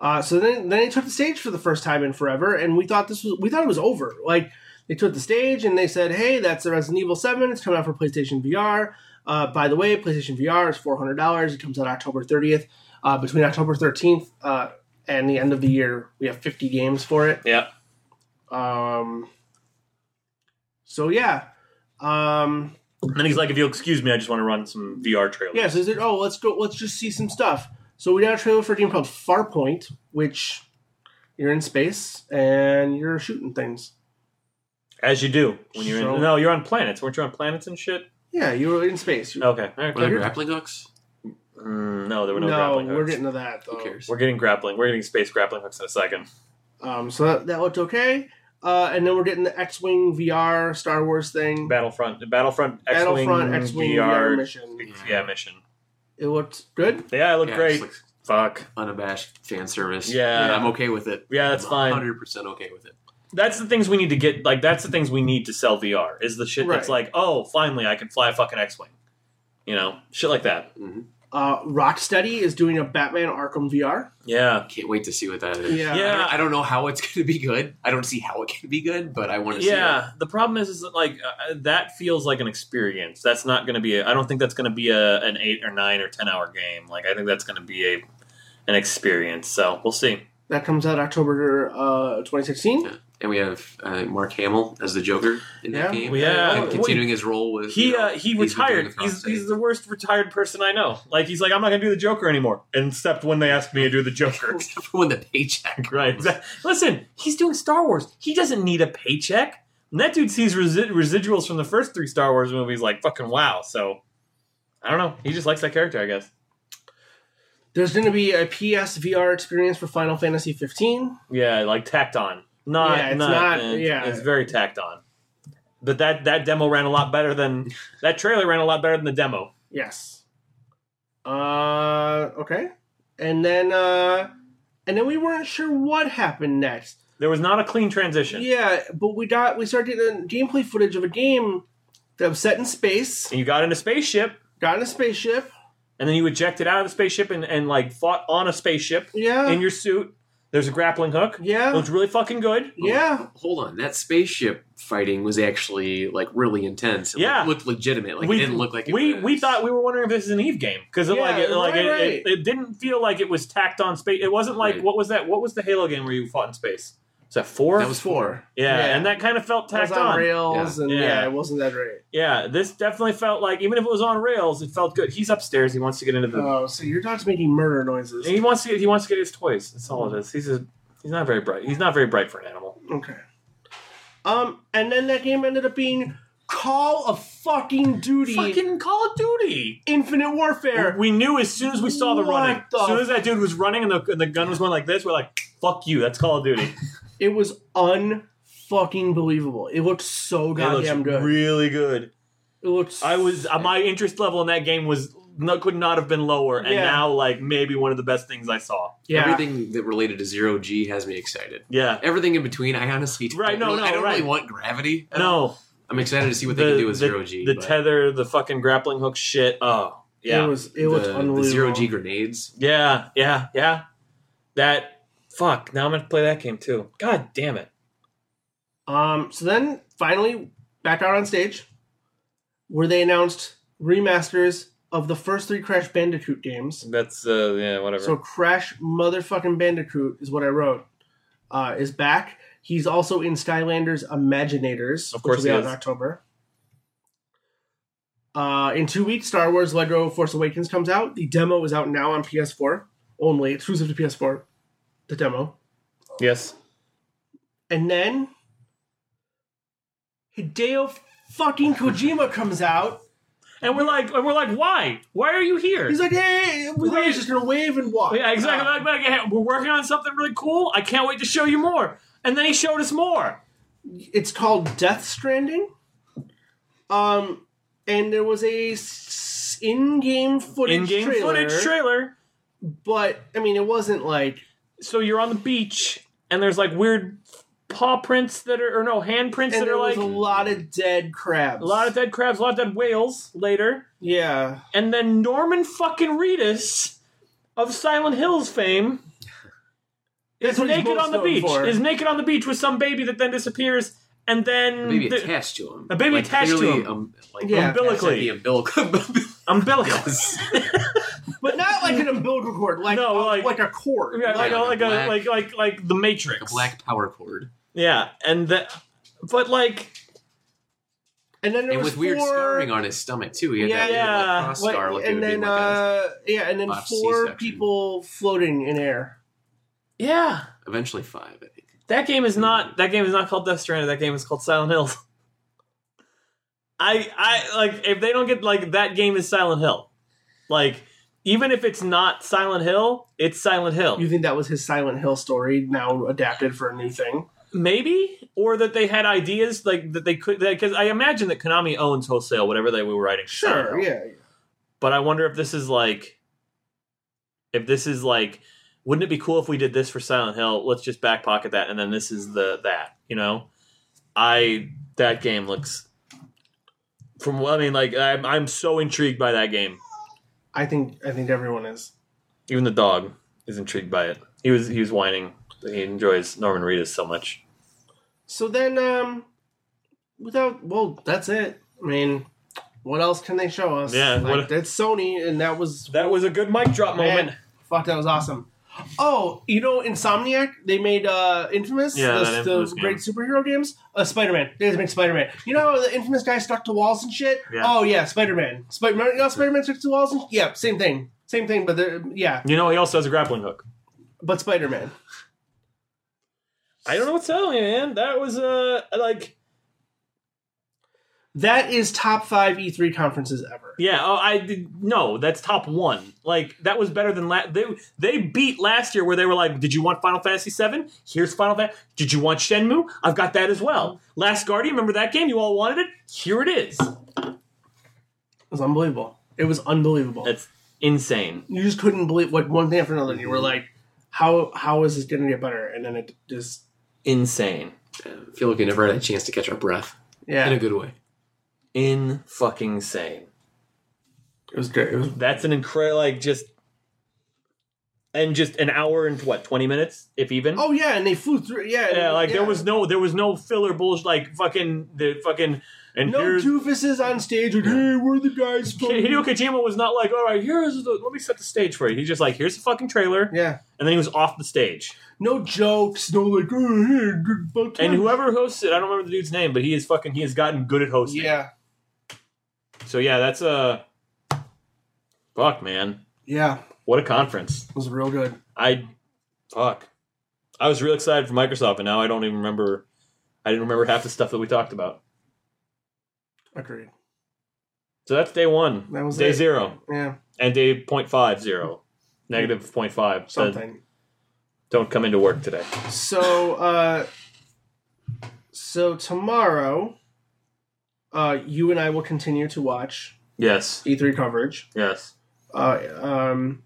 S1: Uh, so then then they took the stage for the first time in forever, and we thought this was we thought it was over. Like they took the stage and they said, "Hey, that's the Resident Evil Seven. It's coming out for PlayStation VR." Uh, by the way, PlayStation VR is four hundred dollars. It comes out October thirtieth. Uh, between October thirteenth uh, and the end of the year, we have fifty games for it.
S2: Yeah.
S1: Um. So yeah. Um.
S2: And then he's like, "If you'll excuse me, I just want to run some VR trailers."
S1: Yeah, so they said, oh, let's go, let's just see some stuff. So we got a trailer for a game called Farpoint, which you're in space and you're shooting things.
S2: as you do when you're
S1: So-
S2: in. No, you're on planets. weren't you on planets and shit?
S1: Yeah, you were in space. You-
S2: Okay, all right.
S3: Were there grappling hooks?
S2: Mm, no, Oh, there were no,
S1: no,
S2: grappling
S1: we're
S2: hooks.
S1: getting to that though.
S3: Who cares?
S2: we're getting grappling. We're getting space grappling hooks in a second.
S1: Um, so that, that looked okay. Uh, and then we're getting the X-wing VR Star Wars thing,
S2: Battlefront, Battlefront, X-wing,
S1: Battlefront X-wing VR, mission.
S3: mission.
S2: Yeah, mission.
S1: It looked good.
S2: Yeah, it looked
S3: Yeah,
S2: great.
S3: just, like,
S2: Fuck.
S3: unabashed fan service.
S2: Yeah.
S3: And I'm okay with it.
S2: Yeah, that's fine.
S3: Hundred percent okay with it.
S2: that's the things we need to get like that's the things we need to sell VR is the shit that's like, oh, finally I can fly a fucking X Wing. You know? Shit like that.
S1: Uh, Rocksteady is doing a Batman Arkham VR.
S2: Yeah.
S3: Can't wait to see what that is.
S1: Yeah.
S2: Yeah.
S3: I, don't, I don't know how it's going to be good. I don't see how it can be good, but I want to see
S2: Yeah. The problem is is that like uh, that feels like an experience. That's not gonna be a, I don't think that's gonna be a an eight or nine or ten hour game. Like I think that's gonna be a an experience. So we'll see.
S1: That comes out October uh, 2016.
S3: it. Yeah. And we have uh, Mark Hamill as the Joker in that
S1: Yeah.
S3: game,
S2: Yeah.
S3: and continuing his role with you
S2: uh, He
S3: know,
S2: uh, he
S3: he's been doing
S2: retired.
S3: the
S2: He's,
S3: Frosty.
S2: he's the worst retired person I know. Like he's like I'm not gonna do the Joker anymore, except when they asked me to do the Joker.
S3: except for when the paycheck
S2: Right. exa- Listen, he's doing Star Wars. He doesn't need a paycheck. And that dude sees resi- residuals from the first three Star Wars movies like fucking wow. So I don't know. He just likes that character, I guess.
S1: There's going to be a PSVR experience for Final Fantasy 15.
S2: Yeah, like tacked on. Not,
S1: Yeah, it's
S2: not,
S1: not-
S2: it's-
S1: yeah.
S2: it's very tacked on. But that that demo ran a lot better than that trailer ran a lot better than the demo.
S1: Yes. Uh okay. And then uh and then we weren't sure what happened next.
S2: There was not a clean transition.
S1: Yeah, but we got we started getting gameplay footage of a game that was set in space.
S2: And you got in a spaceship,
S1: Got in a spaceship.
S2: and then you ejected out of the spaceship and, and like fought on a spaceship
S1: Yeah.
S2: in your suit. There's a grappling hook.
S1: yeah.
S2: Looks really fucking good.
S1: yeah.
S3: hold on, that spaceship fighting was actually like really intense. It
S2: Yeah.
S3: looked, looked legitimate. Like
S2: we
S3: it didn't look like it
S2: we
S3: was.
S2: we thought we were wondering if this is an Eve game because
S1: Yeah,
S2: like it, like
S1: right,
S2: it,
S1: right.
S2: It, it didn't feel like it was tacked on space. It wasn't like
S3: Right.
S2: what was that? What was the Halo game where you fought in space? Was that four?
S3: that was four.
S2: yeah,
S1: yeah.
S2: and that kind of felt
S1: It was
S2: tacked
S1: on
S2: on.
S1: rails and
S2: Yeah.
S1: yeah. it wasn't that great.
S2: Yeah, this definitely felt like even if it was on rails, it felt good. He's upstairs. He wants to get into the.
S1: Oh, so your dog's making murder noises.
S2: he wants to get. He wants to get his toys. That's all it is. He's a. He's not very bright. He's not very bright for an animal.
S1: Okay. Um, and then that game ended up being Call of fucking duty.
S2: Fucking Call of Duty.
S1: Infinite Warfare.
S2: We knew as soon as we saw the
S1: What
S2: running,
S1: the
S2: as soon as that dude was running and the, and the gun was going like this, we're like, "Fuck you!" That's Call of Duty.
S1: It was un fucking believable. It looked so
S2: it looks
S1: goddamn good.
S2: really good.
S1: it looked
S2: I was uh, my interest level in that game was no, could not have been lower, and
S1: Yeah.
S2: now like maybe one of the best things I saw.
S1: yeah.
S3: Everything that related to zero G has me excited.
S2: Yeah,
S3: Everything in between, I honestly don't
S2: Right, no,
S3: really-
S2: no,
S3: I don't really
S2: right.
S3: want gravity. at all.
S2: no,
S3: I'm excited to see what they
S2: the,
S3: can do with
S2: the,
S3: zero G.
S2: the
S3: but
S2: tether, the fucking grappling hook shit. Oh, yeah,
S1: It was it
S3: the,
S1: looked
S3: the
S1: unbelievable.
S3: zero G grenades.
S2: yeah, yeah, yeah. That fuck. Now I'm gonna play that game too. God damn it.
S1: Um, so then finally, back out on stage, where they announced remasters of the first three Crash Bandicoot games.
S2: That's uh, yeah, whatever.
S1: So Crash motherfucking Bandicoot is what I wrote. Uh, is back. He's also in Skylanders Imaginators,
S2: Of
S1: which
S2: course
S1: will be
S2: he
S1: out in
S2: is.
S1: October. Uh, in two weeks, Star Wars Lego Force Awakens comes out. The demo is out now on PS4 only, exclusive to PS4. The demo.
S2: yes.
S1: And then Hideo fucking Kojima comes out.
S2: And we're like, and we're like, why? Why are you here? Oh,
S1: He's like, hey, we thought he was just gonna wave and walk.
S2: yeah, exactly.
S1: Uh,
S2: Like, like, hey, we're working on something really cool. I can't wait to show you more. And then he showed us more.
S1: it's called Death Stranding. Um, and there was a s- in-game footage
S2: In-game
S1: trailer,
S2: footage trailer.
S1: but I mean, it wasn't like
S2: So you're on the beach, and there's like weird paw prints that are, or no, hand prints
S1: and
S2: that
S1: there
S2: are
S1: was
S2: like
S1: a lot of dead crabs.
S2: a lot of dead crabs, a lot of dead whales later,
S1: yeah.
S2: and then Norman fucking Reedus of Silent Hills fame
S1: That's
S2: is
S1: what he's
S2: naked
S1: most
S2: on the
S1: known
S2: beach.
S1: for.
S2: Is naked on the beach with some baby that then disappears, and then
S3: Maybe
S2: Mm, the-
S3: attached to him.
S2: a baby
S3: Like,
S2: attached to
S3: clearly,
S2: him.
S3: Um, like
S1: Yeah.
S2: Umbilically.
S3: The umbilical.
S2: umbilical.
S1: but not like an umbilical cord, like a-
S2: No, like-
S1: like, a cord.
S2: Yeah,
S1: like,
S2: like, like, a,
S3: black-
S2: like like like the Matrix.
S3: a black power cord.
S2: Yeah, and the but like
S1: and then there
S3: And
S1: was
S3: with weird
S1: four-
S3: scarring on his stomach, too. He had
S1: Yeah,
S3: that weird, like,
S2: yeah.
S3: cross
S1: What-
S3: scar looking
S1: and then
S3: thing like that.
S1: uh, yeah, and then
S3: Left
S1: four
S3: C-section.
S1: people floating in air.
S2: yeah,
S3: Eventually five, I think.
S2: that game is not that game is not called Death Stranded. That game is called Silent Hills. I I like if they don't get like that game is Silent Hill. Like even if it's not Silent Hill, it's Silent Hill.
S1: You think that was his Silent Hill story, now adapted for a new thing?
S2: Maybe or that they had ideas like that they could because I imagine that Konami owns wholesale whatever they were writing. for Silent Hill.
S1: yeah.
S2: But I wonder if this is like, if this is like, wouldn't it be cool if we did this for Silent Hill? Let's just back pocket that, and then this is the that. You know, I that game looks. From what I mean, like I'm, I'm so intrigued by that game.
S1: I think I think everyone is.
S2: Even the dog is intrigued by it. He was he was whining. that He enjoys Norman Reedus so much.
S1: So then, um, without well, that's it. I mean, what else can they show us?
S2: Yeah,
S1: Like,
S2: what- Oh,
S1: that's Sony, and that was
S2: That was a good mic drop
S1: Man,
S2: moment.
S1: Fuck, that was awesome. Oh, you know, Insomniac, they made uh, Infamous,
S2: Yeah,
S1: the,
S2: that Infamous
S1: the
S2: game.
S1: great superhero games. Uh, Spider Man. They just made Spider Man. You know, how the Infamous guy stuck to walls and shit?
S2: Yeah.
S1: Oh, yeah, Spider Man. Spider Man, you know, Spider Man stuck to walls and Yeah, same thing. Same thing, but they're, yeah,
S2: You know, he also has a grappling hook.
S1: but Spider Man.
S2: I don't know what's telling you, man. That was uh like
S1: That is top five E3 conferences ever.
S2: Yeah, oh, I did, no, that's top one. Like that was better than last. They they beat last year where they were like, "Did you want Final Fantasy VII? Here's Final Fantasy. Did you want Shenmue? I've got that as well. Last Guardian, remember that game? You all wanted it. Here it is.
S1: It was unbelievable. It was unbelievable.
S2: That's insane.
S1: you just couldn't believe what one thing after another. And you were like, how how is this going to get better? And then it just,
S2: Insane.
S3: I feel like we never had a chance to catch our breath
S1: yeah.
S3: in a good way.
S2: In fucking sane.
S1: it was great. It was
S2: That's an incredible. Like just and just an hour and what twenty minutes, if even.
S1: Oh yeah, and they flew through. Yeah,
S2: yeah,
S1: and-
S2: like there was no there was no filler bullshit. Like fucking the fucking and
S1: no
S2: here's
S1: doofuses on stage. Like, hey, we're the guys. From-.
S2: Hideo Kojima was not like, all right, here's the, let me set the stage for you. He's just like, here's the fucking trailer,
S1: Yeah,
S2: and then he was off the stage.
S1: no jokes. No like, oh, hey, good fuck
S2: And
S1: yeah."
S2: whoever hosts it, I don't remember the dude's name, but he is fucking, he has gotten good at hosting.
S1: Yeah,
S2: So yeah, that's a fuck, man.
S1: yeah,
S2: What a conference.
S1: it was real good.
S2: I fuck. I was real excited for Microsoft, and now I don't even remember. I didn't remember half the stuff that we talked about.
S1: Agreed.
S2: So that's day one.
S1: That was
S2: day
S1: it.
S2: zero
S1: Yeah,
S2: and day point five zero. Negative point five. Said,
S1: something.
S2: don't come into work today.
S1: So, uh, so tomorrow, uh, you and I will continue to watch
S2: Yes.
S1: E3 coverage,
S2: Yes.
S1: uh, um,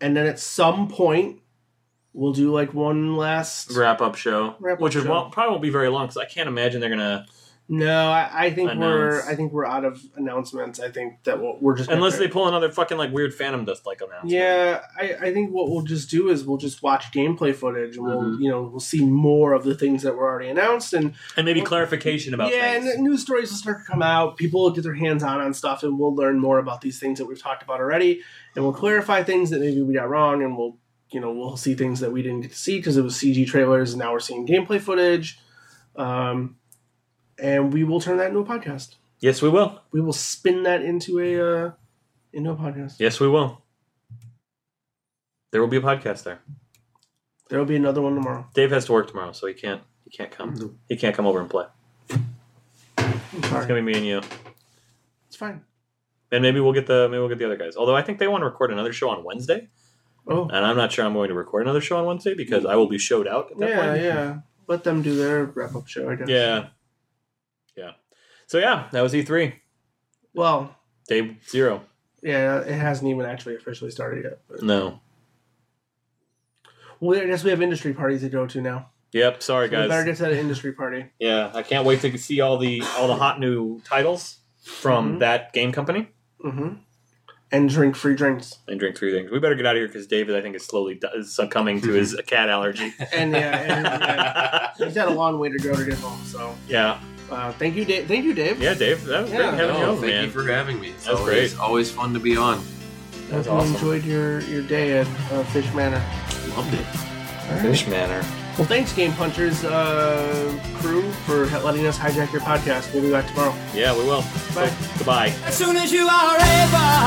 S1: and then at some point, we'll do like one last.
S2: Wrap up show,
S1: Wrap-up
S2: which is
S1: show.
S2: won't- probably won't be very long because I can't imagine they're gonna
S1: No, I, I think we're
S2: Announce.
S1: I think we're out of announcements. I think that we'll, we're just gonna-
S2: unless they pull another fucking like weird Phantom Dust like announcement.
S1: Yeah, I, I think what we'll just do is we'll just watch gameplay footage and we'll
S2: Mm-hmm.
S1: you know we'll see more of the things that were already announced and
S2: and maybe clarification about
S1: yeah,
S2: things.
S1: and news stories will start to come out. People will get their hands on on stuff, and we'll learn more about these things that we've talked about already, and we'll clarify things that maybe we got wrong, and we'll you know we'll see things that we didn't get to see because it was CG trailers, and now we're seeing gameplay footage, um, and we will turn that into a podcast.
S2: yes, we will.
S1: We will spin that into a uh, into a podcast.
S2: Yes, we will. There will be a podcast there.
S1: There will be another one tomorrow.
S2: Dave has to work tomorrow, so he can't. He can't come. He can't come over and play.
S1: I'm
S2: It's
S1: sorry,
S2: gonna be me and you,
S1: it's fine.
S2: and maybe we'll get the maybe we'll get the other guys. Although I think they want to record another show on Wednesday,
S1: Oh
S2: and I'm not sure I'm going to record another show on Wednesday because I will be showed out. At that
S1: yeah,
S2: point.
S1: yeah. Let them do their wrap up show. I guess.
S2: yeah, yeah. So yeah, that was E3
S1: Well,
S2: day zero.
S1: yeah, it hasn't even actually officially started yet. But.
S2: No.
S1: Well, I guess we have industry parties to go to now.
S2: Yep. Sorry,
S1: We better
S2: guys.
S1: get to that industry party.
S2: Yeah, I can't wait to see all the all the hot new titles from
S1: Mhm.
S2: that game company.
S1: hmm And drink free drinks.
S2: and drink three things. We better get out of here because David, I think, is slowly di- is succumbing to his cat allergy.
S1: And yeah, and, yeah.
S2: yeah,
S1: he's got a long way to go to get home. So
S2: yeah,
S1: uh, thank you, Dave. Thank you, Dave.
S2: Dave, that was
S1: Yeah,
S2: great having you
S3: No,
S2: over,
S3: thank
S2: man.
S3: you for having me. It's
S2: That's
S3: always,
S2: great.
S3: always fun to be on.
S1: Hope
S2: That's
S1: you
S2: awesome.
S1: enjoyed your, your day at uh, Fish Manor.
S3: Loved it.
S1: All right.
S2: Fish Manor.
S1: Well, thanks, Game Punchers uh, crew, for letting us hijack your podcast. We'll be back tomorrow.
S2: Yeah, we will.
S1: Bye.
S2: So, goodbye.
S4: As soon as you are able
S3: oh,